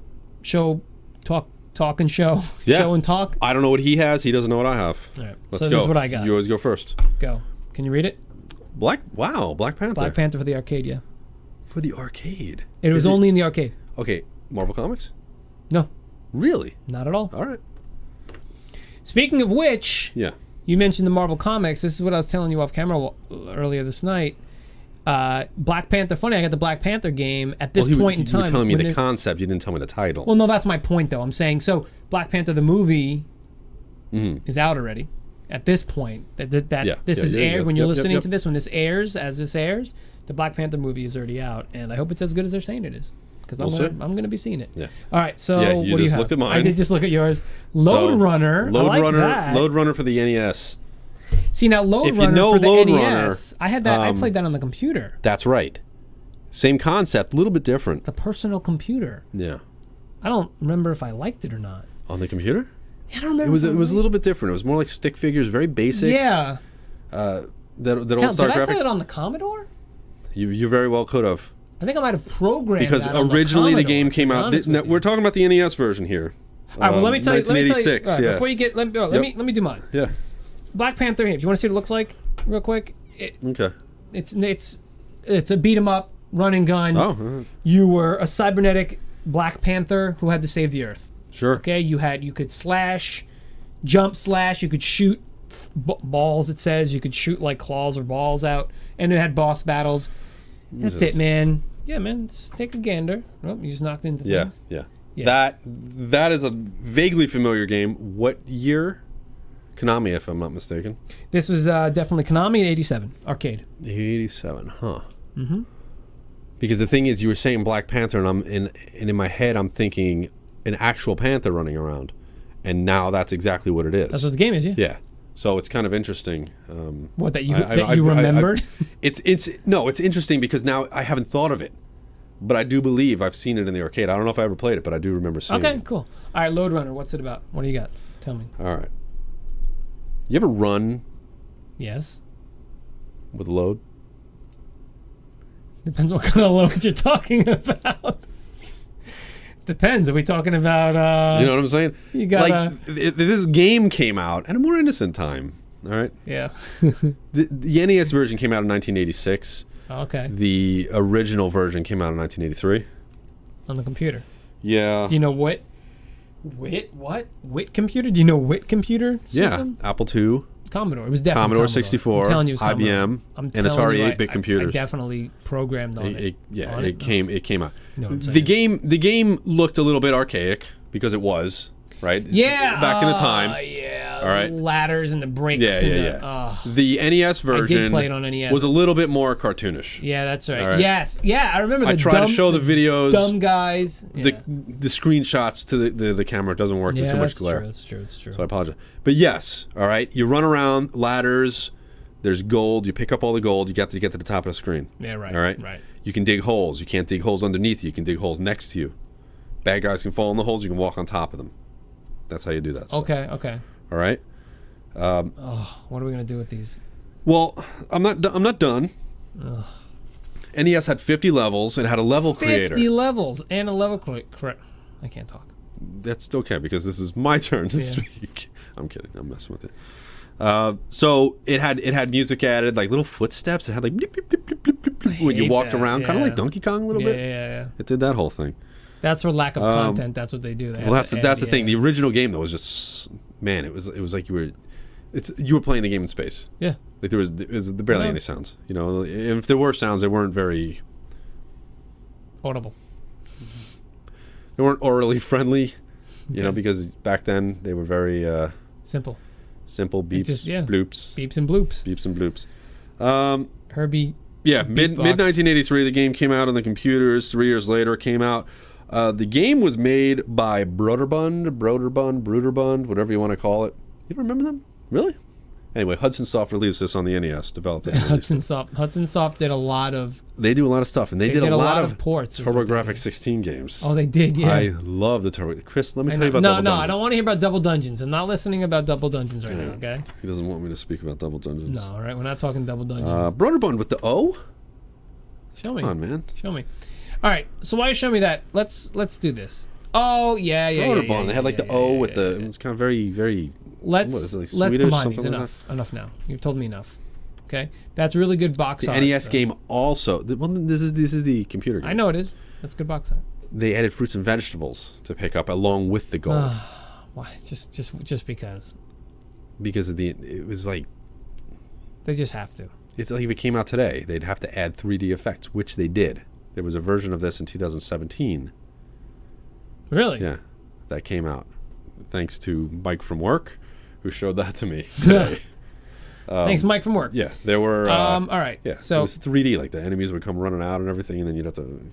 S2: show, talk, talk and show,
S1: Yeah.
S2: show and talk.
S1: I don't know what he has. He doesn't know what I have.
S2: All right.
S1: Let's
S2: so
S1: go.
S2: this is what I got.
S1: You always go first.
S2: Go. Can you read it?
S1: Black. Wow. Black Panther.
S2: Black Panther for the arcade. Yeah.
S1: For the arcade.
S2: It was
S1: Is
S2: only in the arcade.
S1: Okay. Marvel Comics?
S2: No,
S1: Really?
S2: not at all.
S1: All right.
S2: Speaking of which,
S1: Yeah.
S2: you mentioned the Marvel comics. This is what I was telling you off camera wa- earlier this night. Uh, Black Panther. Funny, I got the Black Panther game at this
S1: Well, he,
S2: point
S1: you
S2: in time.
S1: were telling me
S2: when
S1: the
S2: they-
S1: concept. You didn't tell me the title.
S2: well, no, that's my point though. I'm saying so. Black Panther the movie is out already. At this point, that that, that
S1: Mm-hmm. Yeah,
S2: this
S1: yeah,
S2: is
S1: yeah,
S2: aired
S1: yeah.
S2: when you're
S1: Yep, yep,
S2: listening
S1: yep.
S2: to this. When this airs, as this airs, the Black Panther movie is already out, and I hope it's as good as they're saying it is. Because
S1: We'll
S2: I'm
S1: see.
S2: gonna, I'm gonna be seeing it.
S1: Yeah.
S2: All right. So
S1: Yeah, you
S2: what do you
S1: just
S2: have?
S1: looked at
S2: I
S1: mine.
S2: did just look at yours. Load
S1: So,
S2: Runner.
S1: Load
S2: I like
S1: Runner.
S2: That.
S1: Load Runner for the E NES.
S2: See now, Load
S1: If you
S2: Runner
S1: know
S2: for the
S1: Lode
S2: NES.
S1: Runner,
S2: I had that.
S1: um,
S2: I played that on the computer,
S1: That's right. Same concept, a little bit different.
S2: the personal computer.
S1: Yeah.
S2: I don't remember if I liked it or not.
S1: On the computer?
S2: I don't remember.
S1: It was
S2: if I
S1: it was a
S2: liked-
S1: little bit different. It was more like stick figures, very basic.
S2: Yeah.
S1: That, that
S2: Hell,
S1: old
S2: did
S1: Star
S2: I play
S1: graphics.
S2: it on the Commodore?
S1: You, you very well could have.
S2: I think I might have programmed
S1: Because
S2: that on
S1: originally the,
S2: Commodore,
S1: game came
S2: to be
S1: out.
S2: honest
S1: thi- now,
S2: with you.
S1: we're talking about the NES version here.
S2: All right, well, let me
S1: um,
S2: tell you. Let me tell you.
S1: 1986,
S2: all right,
S1: yeah.
S2: Before you get, let, me- all right, let
S1: Yep.
S2: me let me do mine.
S1: Yeah.
S2: Black Panther. If you want to see what it looks like, real quick, it,
S1: Okay.
S2: it's it's it's a beat 'em up, run and gun.
S1: Oh, uh,
S2: You were a cybernetic Black Panther who had to save the Earth.
S1: sure.
S2: Okay, you had you could slash, jump slash. You could shoot b- balls. It says you could shoot like claws or balls out, and it had boss battles. That's it, man. Yeah, man. Let's take a gander. Oh, you just knocked into
S1: Yeah,
S2: things.
S1: yeah.
S2: Yeah.
S1: That that is a vaguely familiar game. What year? Konami, if I'm not mistaken.
S2: This was uh, definitely Konami in '87 arcade.
S1: Eighty-seven, huh? Mm-hmm. Because the thing is, you were saying Black Panther, and I'm in and in my head, I'm thinking an actual panther running around, and now that's exactly what it is.
S2: That's what the game is, yeah.
S1: yeah. So it's kind of interesting. Um,
S2: What that you
S1: I- I-
S2: that
S1: I-
S2: you
S1: I- I-
S2: remembered?
S1: it's it's no, it's interesting because now I haven't thought of it, but I do believe I've seen it in the arcade. I don't know if I ever played it, but I do remember seeing it.
S2: okay, cool. All right, Load Runner. What's it about? What do you got? Tell me.
S1: All right. You ever run
S2: Yes.
S1: with load?
S2: Depends what kind of load you're talking about. Depends. Are we talking about? Uh,
S1: You know what I'm saying?
S2: You gotta-
S1: like th- th- this game came out at a more innocent time. All right.
S2: Yeah.
S1: The, the NES version came out in 1986.
S2: Okay.
S1: The original version came out in 1983.
S2: On the computer.
S1: Yeah.
S2: Do you know what? Wit what? Wit computer? Do you know Wit computer?
S1: Yeah.
S2: System?
S1: Apple II,
S2: Commodore. It was definitely
S1: Commodore
S2: Commodore
S1: 64,
S2: I'm telling you, it was Commodore.
S1: IBM,
S2: I'm
S1: and
S2: telling
S1: Atari
S2: you, I-
S1: 8-bit
S2: I- I
S1: computers.
S2: definitely programmed on
S1: It-
S2: it.
S1: it- yeah,
S2: On
S1: it came. It came out.
S2: know what I'm
S1: the
S2: saying.
S1: game. The game looked a little bit archaic because it was right.
S2: Yeah.
S1: Back in the
S2: uh,
S1: time.
S2: Yeah.
S1: All right.
S2: Ladders and the brakes.
S1: Yeah,
S2: and
S1: yeah,
S2: the,
S1: yeah.
S2: uh,
S1: the NES version
S2: play it on NES.
S1: was a little bit more cartoonish.
S2: yeah, that's right.
S1: All right.
S2: Yes. Yeah, I remember the
S1: I try
S2: dumb,
S1: to show the videos.
S2: dumb guys. Yeah.
S1: the the screenshots to the, the, the camera it doesn't work.
S2: yeah,
S1: There's too much
S2: that's
S1: glare.
S2: True, that's true. That's true.
S1: So I apologize. But yes, all right. You run around ladders. There's gold. You pick up all the gold. You got to get to the top of the screen.
S2: yeah, right.
S1: All right.
S2: Right.
S1: You can dig holes. You can't dig holes underneath you. You can dig holes next to you. Bad guys can fall in the holes. You can walk on top of them. That's how you do that. stuff,
S2: Okay. Okay.
S1: All right.
S2: What are we gonna do with these?
S1: Well, I'm not. do- I'm not done. NES had 50 levels and had a level creator.
S2: 50 levels and a level correct. I can't talk.
S1: That's okay because this is my turn to
S2: Yeah.
S1: speak. I'm kidding. I'm messing with it. Uh, so it had it had music added, like little footsteps. It had like bleep, bleep, bleep, bleep, bleep, bleep, bleep, when you
S2: hate
S1: walked
S2: that,
S1: around, kind of
S2: yeah.
S1: like Donkey Kong a little
S2: Yeah,
S1: bit.
S2: yeah, yeah.
S1: It did that whole thing.
S2: That's for lack of content. That's what they do. They
S1: Well, that's the, that's the
S2: uh,
S1: thing. The original game though was just man. It was it was like you were, it's you were playing the game in space.
S2: Yeah.
S1: Like there was, there was barely
S2: Yeah.
S1: any sounds. You know, if there were sounds, they weren't very
S2: Audible.
S1: they weren't orally friendly. You know, because back then they were very uh,
S2: Simple.
S1: simple beeps,
S2: just- yeah.
S1: bloops,
S2: Beeps and bloops.
S1: beeps and bloops.
S2: Herbie.
S1: Yeah, mid
S2: Beatbox.
S1: mid 1983, the game came out on the computers. Three years later, it came out. Uh, the game was made by Broderbund, Broderbund, Bruderbund, whatever you want to call it. You don't remember them, really? Anyway, Hudson Soft released this on the NES, developed it. and released it.
S2: Hudson Soft. Hudson Soft did a lot of.
S1: They do a lot of stuff, and they, did, a lot, of
S2: ports, is what they
S1: TurboGrafx 16 games.
S2: Oh, they did. Yeah.
S1: I love the Turbo. Chris, let me
S2: I
S1: tell you
S2: know.
S1: about
S2: no,
S1: Double
S2: no,
S1: Dungeons.
S2: I don't want to hear about double dungeons. I'm not listening about double dungeons right now. Okay.
S1: He doesn't want me to speak about Double Dungeons.
S2: No, all right. We're not talking double dungeons.
S1: Uh, Broderbund with the O.
S2: Show me.
S1: Come on, man.
S2: Show me. All right. So why you show me that? Let's let's do this. Oh yeah, yeah. yeah,
S1: Broderbund.
S2: yeah, yeah,
S1: they had like
S2: yeah,
S1: the
S2: yeah,
S1: O
S2: yeah,
S1: with
S2: yeah,
S1: the.
S2: yeah.
S1: It's kind of very, very.
S2: Let's
S1: what is it, like
S2: let's
S1: Swedish,
S2: combine these.
S1: something like
S2: Enough. enough now. You've told me enough. Okay, that's really good box
S1: The
S2: art.
S1: NES
S2: though.
S1: game also. The, well, this is this is the computer game.
S2: I know it is. That's good box art.
S1: They added
S2: Ah.
S1: fruits and vegetables to pick up along with the gold.
S2: Why? Just just just because.
S1: because of the it was like
S2: They just have to.
S1: it's like if it came out today, they'd have to add 3D effects, which they did. There was a version of this in 2017.
S2: Really?
S1: Yeah, that came out thanks to Mike from work, who showed that to me.
S2: Thanks, Mike from work.
S1: Um, yeah, there were. Uh,
S2: Um. All right.
S1: yeah, it
S2: So
S1: was 3D. Like the enemies would come running out and everything, and then you'd have to.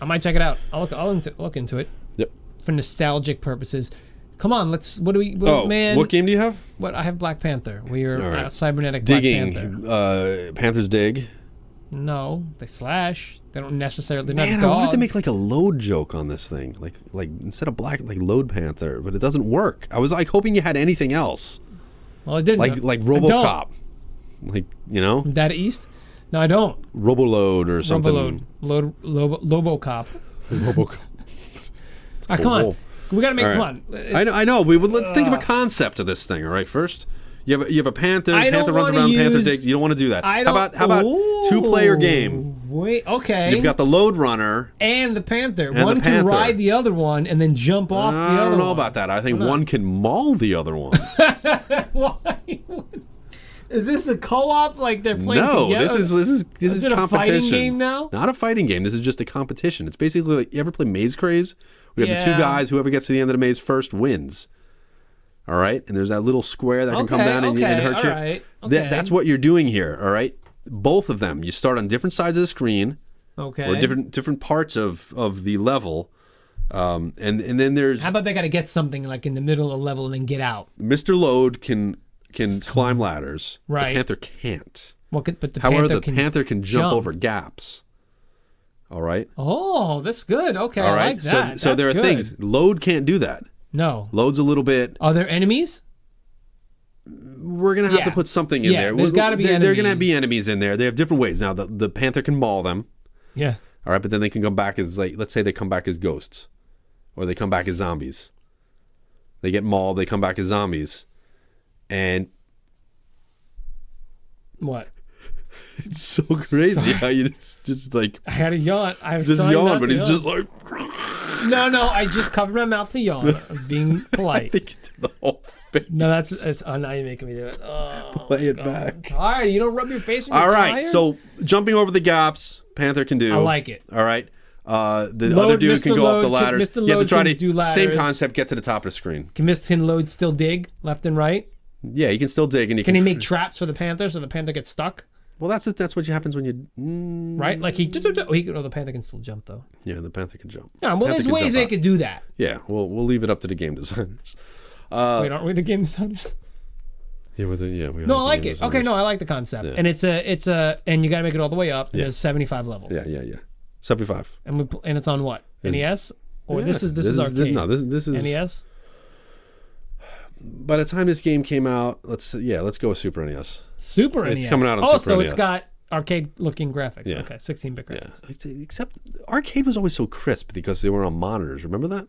S2: I might check it out. I'll look. I'll into, look into it
S1: Yep.
S2: for nostalgic purposes. Come on. Let's. What do we? What,
S1: Oh
S2: man.
S1: what game do you have?
S2: What I have Black Panther. We are
S1: All right.
S2: uh, cybernetic
S1: Digging.
S2: Black Panther.
S1: Uh, Panthers dig.
S2: No, they slash. They don't necessarily. They're
S1: Man,
S2: not
S1: I
S2: dogs.
S1: wanted to make like a load joke on this thing, like like instead of black, like load panther, but it doesn't work. I was like hoping you had anything else,
S2: well, I didn't.
S1: like like
S2: I don't.
S1: RoboCop, like you know,
S2: Data East. No, I don't.
S1: RoboLoad or something.
S2: Roboload. Load. Lobo, Lobocop.
S1: RoboCop.
S2: Ah, come on.
S1: wolf.
S2: We gotta make. Uh,
S1: All
S2: Come on.
S1: I know, I know. We would, let's think of a concept of this thing. All right, first you have a, you have a panther.
S2: I
S1: panther
S2: don't
S1: runs
S2: wanna
S1: around. panther
S2: use-
S1: digs. You don't want to do that.
S2: I
S1: how
S2: don't.
S1: about how about two player game?
S2: Ooh, Wait. Okay.
S1: You've got the load runner.
S2: and the panther.
S1: the
S2: one can
S1: panther.
S2: ride the other one and then jump off the
S1: I
S2: other
S1: don't know
S2: one.
S1: about that. I think one can maul the other one.
S2: Why? Is this a co-op? Like they're playing
S1: no,
S2: together?
S1: this is this is this is,
S2: it a fighting
S1: competition.
S2: game now?
S1: Not a fighting game. This is just a competition. It's basically like you ever play Maze Craze? We have the two
S2: Yeah.
S1: guys. Whoever gets to the end of the maze first wins. All right, and there's that little square that can come
S2: Okay,
S1: down and, and
S2: okay,
S1: hurt you.
S2: all right,
S1: That,
S2: okay.
S1: that's what you're doing here. All right, both of them. You start on different sides of the screen
S2: okay.
S1: or different different parts of of the level. Um, and and then there's
S2: How about they got to get something like in the middle of the level and then get out?
S1: Mr. Load can can climb ladders.
S2: Right.
S1: The Panther can't.
S2: What could, but the
S1: However,
S2: panther
S1: the
S2: can.
S1: panther can jump,
S2: jump.
S1: over gaps. All right.
S2: oh, that's good. Okay,
S1: All right.
S2: I like
S1: so,
S2: that.
S1: so there are
S2: That's good.
S1: things. Load can't do that.
S2: No,
S1: Load's a little bit.
S2: are there enemies?
S1: We're gonna have to
S2: Yeah.
S1: put something in
S2: Yeah,
S1: there.
S2: there's
S1: We-
S2: gotta be
S1: there- They're gonna
S2: enemies.
S1: be enemies in there. They have different ways. Now the, the panther can maul them.
S2: Yeah.
S1: All right, but then they can come back as like let's say they come back as ghosts, or they come back as zombies. They get mauled. They come back as zombies, and
S2: What?
S1: it's so crazy how you just just like
S2: I had a yawn. I was
S1: just
S2: trying not
S1: yawn, but
S2: to
S1: he's
S2: yawn.
S1: just like
S2: no, no. I just covered my mouth to yawn. I was being polite.
S1: thinking to the whole thing.
S2: No, that's, that's oh, now you're making me do it. Oh,
S1: Play it back.
S2: all right, you don't rub your face. When
S1: All
S2: you're
S1: right,
S2: tired?
S1: so jumping over the gaps, Panther can do.
S2: I like it.
S1: All right, uh, the
S2: Load,
S1: other dude
S2: Mr.
S1: can go up
S2: Load
S1: the
S2: can-
S1: ladder.
S2: Mr.
S1: You have to
S2: Load
S1: try
S2: can
S1: to
S2: do
S1: same
S2: ladders.
S1: concept, get to the top of the screen.
S2: Can Miss Tin Load still dig left and right?
S1: Yeah, you can still dig, and you
S2: Can
S1: can.
S2: he make traps for the panther so the panther gets stuck?
S1: well, that's it. That's what happens when you. Mm,
S2: Right? Like he, oh, he could, oh, the panther can still jump though.
S1: yeah, the Panther can jump.
S2: Yeah, well,
S1: Panther
S2: there's
S1: can
S2: ways
S1: jump
S2: they
S1: up.
S2: could do that.
S1: Yeah, we'll we'll leave it up to the game designers. Uh,
S2: Wait, aren't we the game designers?
S1: Yeah, with the, yeah. We
S2: No, I like it. Okay, no, I like the concept, and it's a, it's a, and you got to make it all the way up. And There's 75 levels,
S1: Yeah, yeah, yeah. Seventy-five.
S2: and we, pl- and it's on what NES or Oh, this
S1: Yeah,
S2: is this, is arcade E
S1: no, this this is
S2: NES.
S1: By the time this game came out, let's yeah, let's go with Super E NES.
S2: Super NES.
S1: It's coming out on
S2: oh,
S1: Super
S2: so it's
S1: NES.
S2: got arcade looking graphics.
S1: Yeah.
S2: Okay, 16-bit graphics.
S1: Yeah, except arcade was always so crisp because they were on monitors. Remember that?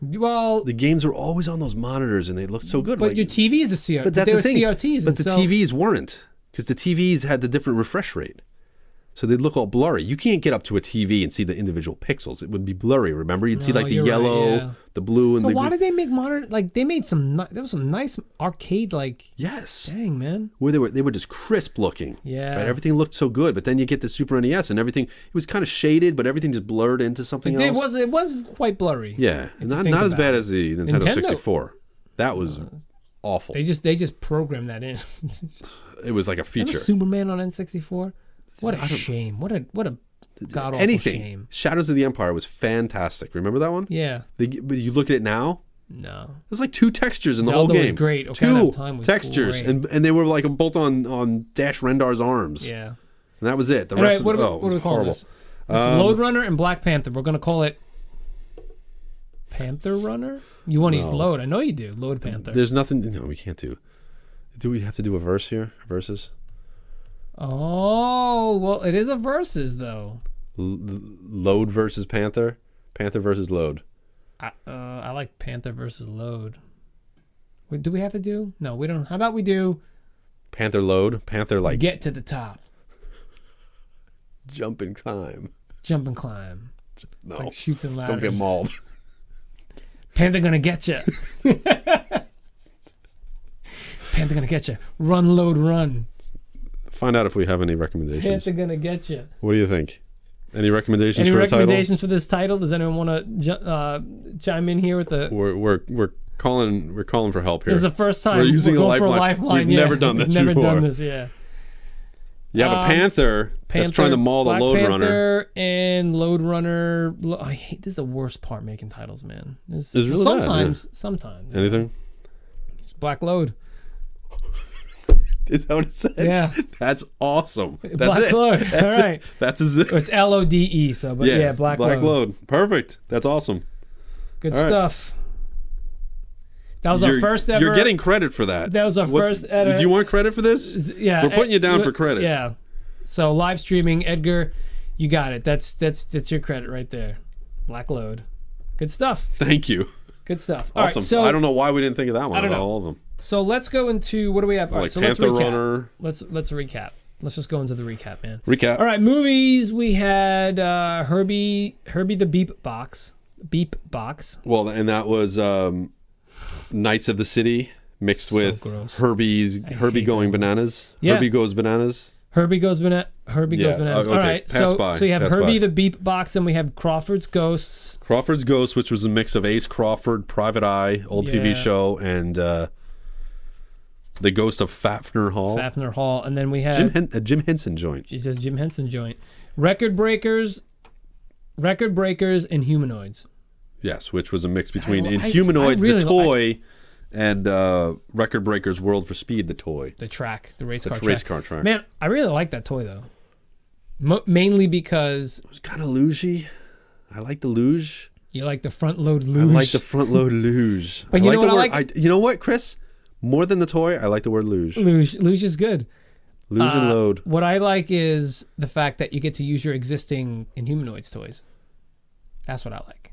S2: Well,
S1: the games were always on those monitors and they looked so good.
S2: but
S1: like,
S2: your TV is a CRT.
S1: but that's
S2: they
S1: the thing.
S2: were CRTs,
S1: but
S2: and
S1: the
S2: so-
S1: TVs weren't because the TVs had the different refresh rate, so they'd look all blurry. You can't get up to a TV and see the individual pixels; it would be blurry. Remember, you'd see
S2: No,
S1: like the
S2: Oh, you're right,
S1: yellow,
S2: yeah.
S1: the blue, and
S2: So
S1: the
S2: why
S1: green.
S2: did they make modern? Like they made some. Ni- there was some nice arcade. Like
S1: yes,
S2: dang man.
S1: where they were they were just crisp looking.
S2: Yeah.
S1: right? everything looked so good. But then you get the Super NES and everything; it was kind of shaded, but everything just blurred into something
S2: It
S1: else.
S2: was it was quite blurry.
S1: yeah, not
S2: think
S1: not as
S2: about
S1: bad as the Nintendo,
S2: Nintendo- Uh,
S1: 64. That was awful.
S2: They just they just programmed that in.
S1: it was like a
S2: Remember
S1: feature.
S2: Superman on N sixty four. What a shame. What a what a god awful
S1: anything.
S2: shame.
S1: Shadows of the Empire was fantastic. Remember that one?
S2: Yeah.
S1: They, but you look at it now,
S2: No.
S1: there's like two textures in the whole
S2: Zelda was
S1: game.
S2: great. Ocarina
S1: Two
S2: of Time was
S1: textures,
S2: great.
S1: and and they were like both on on Dash Rendar's arms,
S2: Yeah.
S1: and that was it. The
S2: All
S1: rest
S2: right. What
S1: of
S2: do we,
S1: oh, it
S2: what
S1: was
S2: do we call
S1: horrible. Um,
S2: this? This is Loadrunner and Black Panther. We're gonna call it. Panther Runner? You want to use Load? I know you do. Load Panther.
S1: There's nothing. No, we can't do. Do we have to do a verse here? Verses.
S2: oh well, it is a versus though.
S1: L- load versus Panther. Panther versus Load.
S2: I, uh, I like Panther versus Load. Wait, do we have to do? No, we don't. How about we do
S1: Panther Load. Panther like
S2: get to the top,
S1: jump and climb.
S2: jump and climb,
S1: No,
S2: like shoots and
S1: Oh, don't
S2: ladders.
S1: get mauled.
S2: Panther gonna get you. Panther gonna get you. Run, load, run.
S1: Find out if we have any recommendations.
S2: Panther gonna get you.
S1: What do you think? Any recommendations
S2: Any
S1: for a title?
S2: recommendations for this title? Does anyone want to ju- uh, chime in here with the?
S1: We're, we're we're calling we're calling for help here.
S2: This is the first time
S1: We're using a
S2: going for a
S1: lifeline.
S2: lifeline.
S1: We've
S2: yeah.
S1: never done
S2: We've
S1: this
S2: Never
S1: before.
S2: done this. Yeah.
S1: you have a
S2: um,
S1: panther, that's trying to maul the
S2: Black
S1: load
S2: Panther
S1: runner.
S2: and load runner. Lo- I hate this. Is the worst part making titles, man. This,
S1: It's really bad, yeah.
S2: sometimes, sometimes
S1: Anything?
S2: it's black load.
S1: Is that what it said?
S2: Yeah,
S1: That's awesome. That's
S2: Black
S1: it.
S2: Load.
S1: That's
S2: All
S1: it.
S2: right.
S1: That's his.
S2: it's L O D E. So, but yeah, black, load.
S1: Perfect. That's awesome.
S2: Good
S1: All right.
S2: stuff. That was our
S1: You're-
S2: first ever.
S1: You're getting credit for that.
S2: That was our first ever-
S1: Do you want credit for this?
S2: Yeah,
S1: We're putting you down
S2: eh,
S1: for credit.
S2: Yeah. So live streaming, Edgar, you got it. That's that's that's your credit right there. Black load. Good stuff.
S1: Thank you.
S2: Good stuff. All right.
S1: Awesome.
S2: so
S1: I don't know why we didn't think of that one.
S2: I don't
S1: out of
S2: know.
S1: All of them.
S2: So let's go into what do we have? All right,
S1: like
S2: so
S1: Panther
S2: let's recap.
S1: Runner.
S2: Let's let's recap. Let's just go into the recap, man.
S1: Recap.
S2: All right, movies. We had uh, Herbie Herbie the Beep Box. Beep Box.
S1: Well, and that was um, Knights of the City mixed with
S2: gross.
S1: Herbie's Herbie going bananas.
S2: Yeah.
S1: Herbie goes bananas.
S2: Herbie goes banana. Herbie
S1: Yeah,
S2: goes bananas.
S1: uh,
S2: All
S1: okay,
S2: right,
S1: pass
S2: so
S1: by,
S2: so you have
S1: pass by.
S2: Herbie the Beep Box, and we have Crawford's Ghosts.
S1: Crawford's Ghost, which was a mix of Ace Crawford, Private Eye, old
S2: Yeah.
S1: TV show, and uh, the Ghost of Fafner Hall.
S2: Fafner Hall, and then we have
S1: Jim, Hen- a Jim Henson joint.
S2: She says Jim Henson joint. Record breakers, record breakers, and humanoids.
S1: Yes, which was a mix between
S2: I- I
S1: Inhumanoids,
S2: really
S1: the
S2: li-
S1: toy, and uh, Record Breakers World for Speed, the toy.
S2: The track, the race
S1: The
S2: car,
S1: race
S2: track.
S1: car track.
S2: Man, I really like that toy though. Mo- mainly because
S1: It was kind of lugey. I like the luge.
S2: you like the front load
S1: I
S2: luge.
S1: like the front load luge.
S2: But
S1: I
S2: you
S1: like
S2: know
S1: the
S2: what I
S1: word,
S2: like?
S1: I- you know what, Chris? More than the toy, I like the word luge.
S2: luge. Luge is good.
S1: Luge and
S2: Uh,
S1: load.
S2: What I like is the fact that you get to use your existing Inhumanoids toys. That's what I like.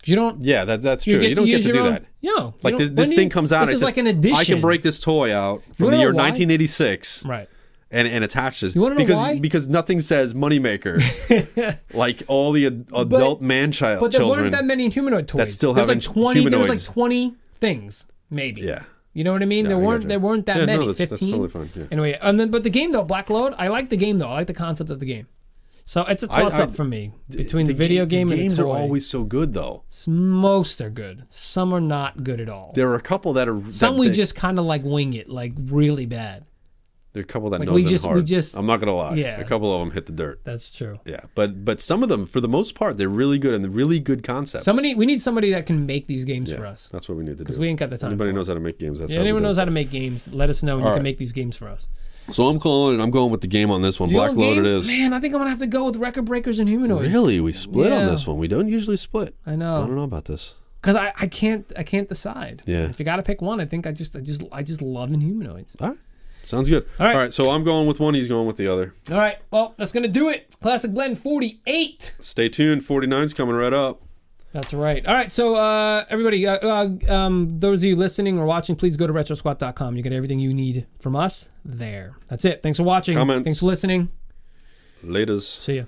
S2: 'Cause You don't.
S1: Yeah, that, that's
S2: You
S1: true. You,
S2: get to
S1: don't get
S2: use
S1: to
S2: your
S1: do
S2: own-
S1: that.
S2: No. you
S1: Like
S2: don't-
S1: this,
S2: when
S1: this
S2: you-
S1: thing comes out.
S2: This
S1: it
S2: is
S1: says,
S2: like an edition.
S1: I can break this toy out from the
S2: wanna know
S1: year
S2: why?
S1: 1986
S2: Right.
S1: and and attach this.
S2: You wanna know
S1: because
S2: why?
S1: because nothing says moneymaker like all the ad- adult man child
S2: But there
S1: children.
S2: weren't that many humanoid toys.
S1: still
S2: There's
S1: have
S2: like
S1: in-
S2: twenty. There was
S1: humanoids.
S2: like twenty things, maybe.
S1: Yeah.
S2: You know what I mean? there
S1: I
S2: weren't
S1: gotcha.
S2: there weren't that
S1: Yeah, no,
S2: many.
S1: that's- that's
S2: Fifteen.
S1: totally fine, yeah.
S2: Anyway, and then but the game though, Black Load. I like the game though. I like the concept of the game. So it's a
S1: I-
S2: toss up
S1: I-
S2: for me between
S1: The
S2: the, video
S1: ga-
S2: game
S1: the
S2: and
S1: games
S2: the
S1: are
S2: toy.
S1: always so good though.
S2: Most are good. Some are not good at all.
S1: There are a couple that are
S2: Some
S1: that,
S2: we
S1: that-
S2: just kind of like wing it, like really bad.
S1: there are a couple that
S2: like,
S1: knows
S2: we
S1: it
S2: just- we
S1: hard.
S2: just-
S1: I'm not gonna lie.
S2: Yeah.
S1: a couple of them hit the dirt.
S2: That's true.
S1: Yeah, but but some of them, for the most part, they're really good and they're really good concepts.
S2: Somebody we need somebody that can make these games for us
S1: That's what we need to do.
S2: because we ain't got the time.
S1: Anybody
S2: for it.
S1: knows how to make games? That's
S2: Yeah,
S1: how we
S2: anyone
S1: do it.
S2: knows how to make games, let us know and you
S1: All
S2: can
S1: right.
S2: make these games for us.
S1: So I'm calling it. I'm going with the game on this one.
S2: The
S1: Black
S2: old
S1: Loaded
S2: game?
S1: is.
S2: Man, I think I'm gonna have to go with Record Breakers and Humanoids.
S1: Really, we split on
S2: Yeah.
S1: this one. We don't usually split.
S2: I
S1: I don't
S2: know,
S1: know about this.
S2: because I, I can't I can't decide.
S1: Yeah.
S2: If you gotta pick one, I think I just I just I just love Inhumanoids.
S1: All right, sounds good.
S2: All right.
S1: so I'm going with one. He's going with the other.
S2: All right, well that's gonna do it. Classic Blend 48.
S1: Stay tuned. 49's coming right up.
S2: That's right. All right, so uh, everybody, uh, uh, um, those of you listening or watching, please go to retrosquat.com. You get everything you need from us there. That's it. Thanks for watching.
S1: Comments.
S2: Thanks for listening.
S1: Laters.
S2: See ya.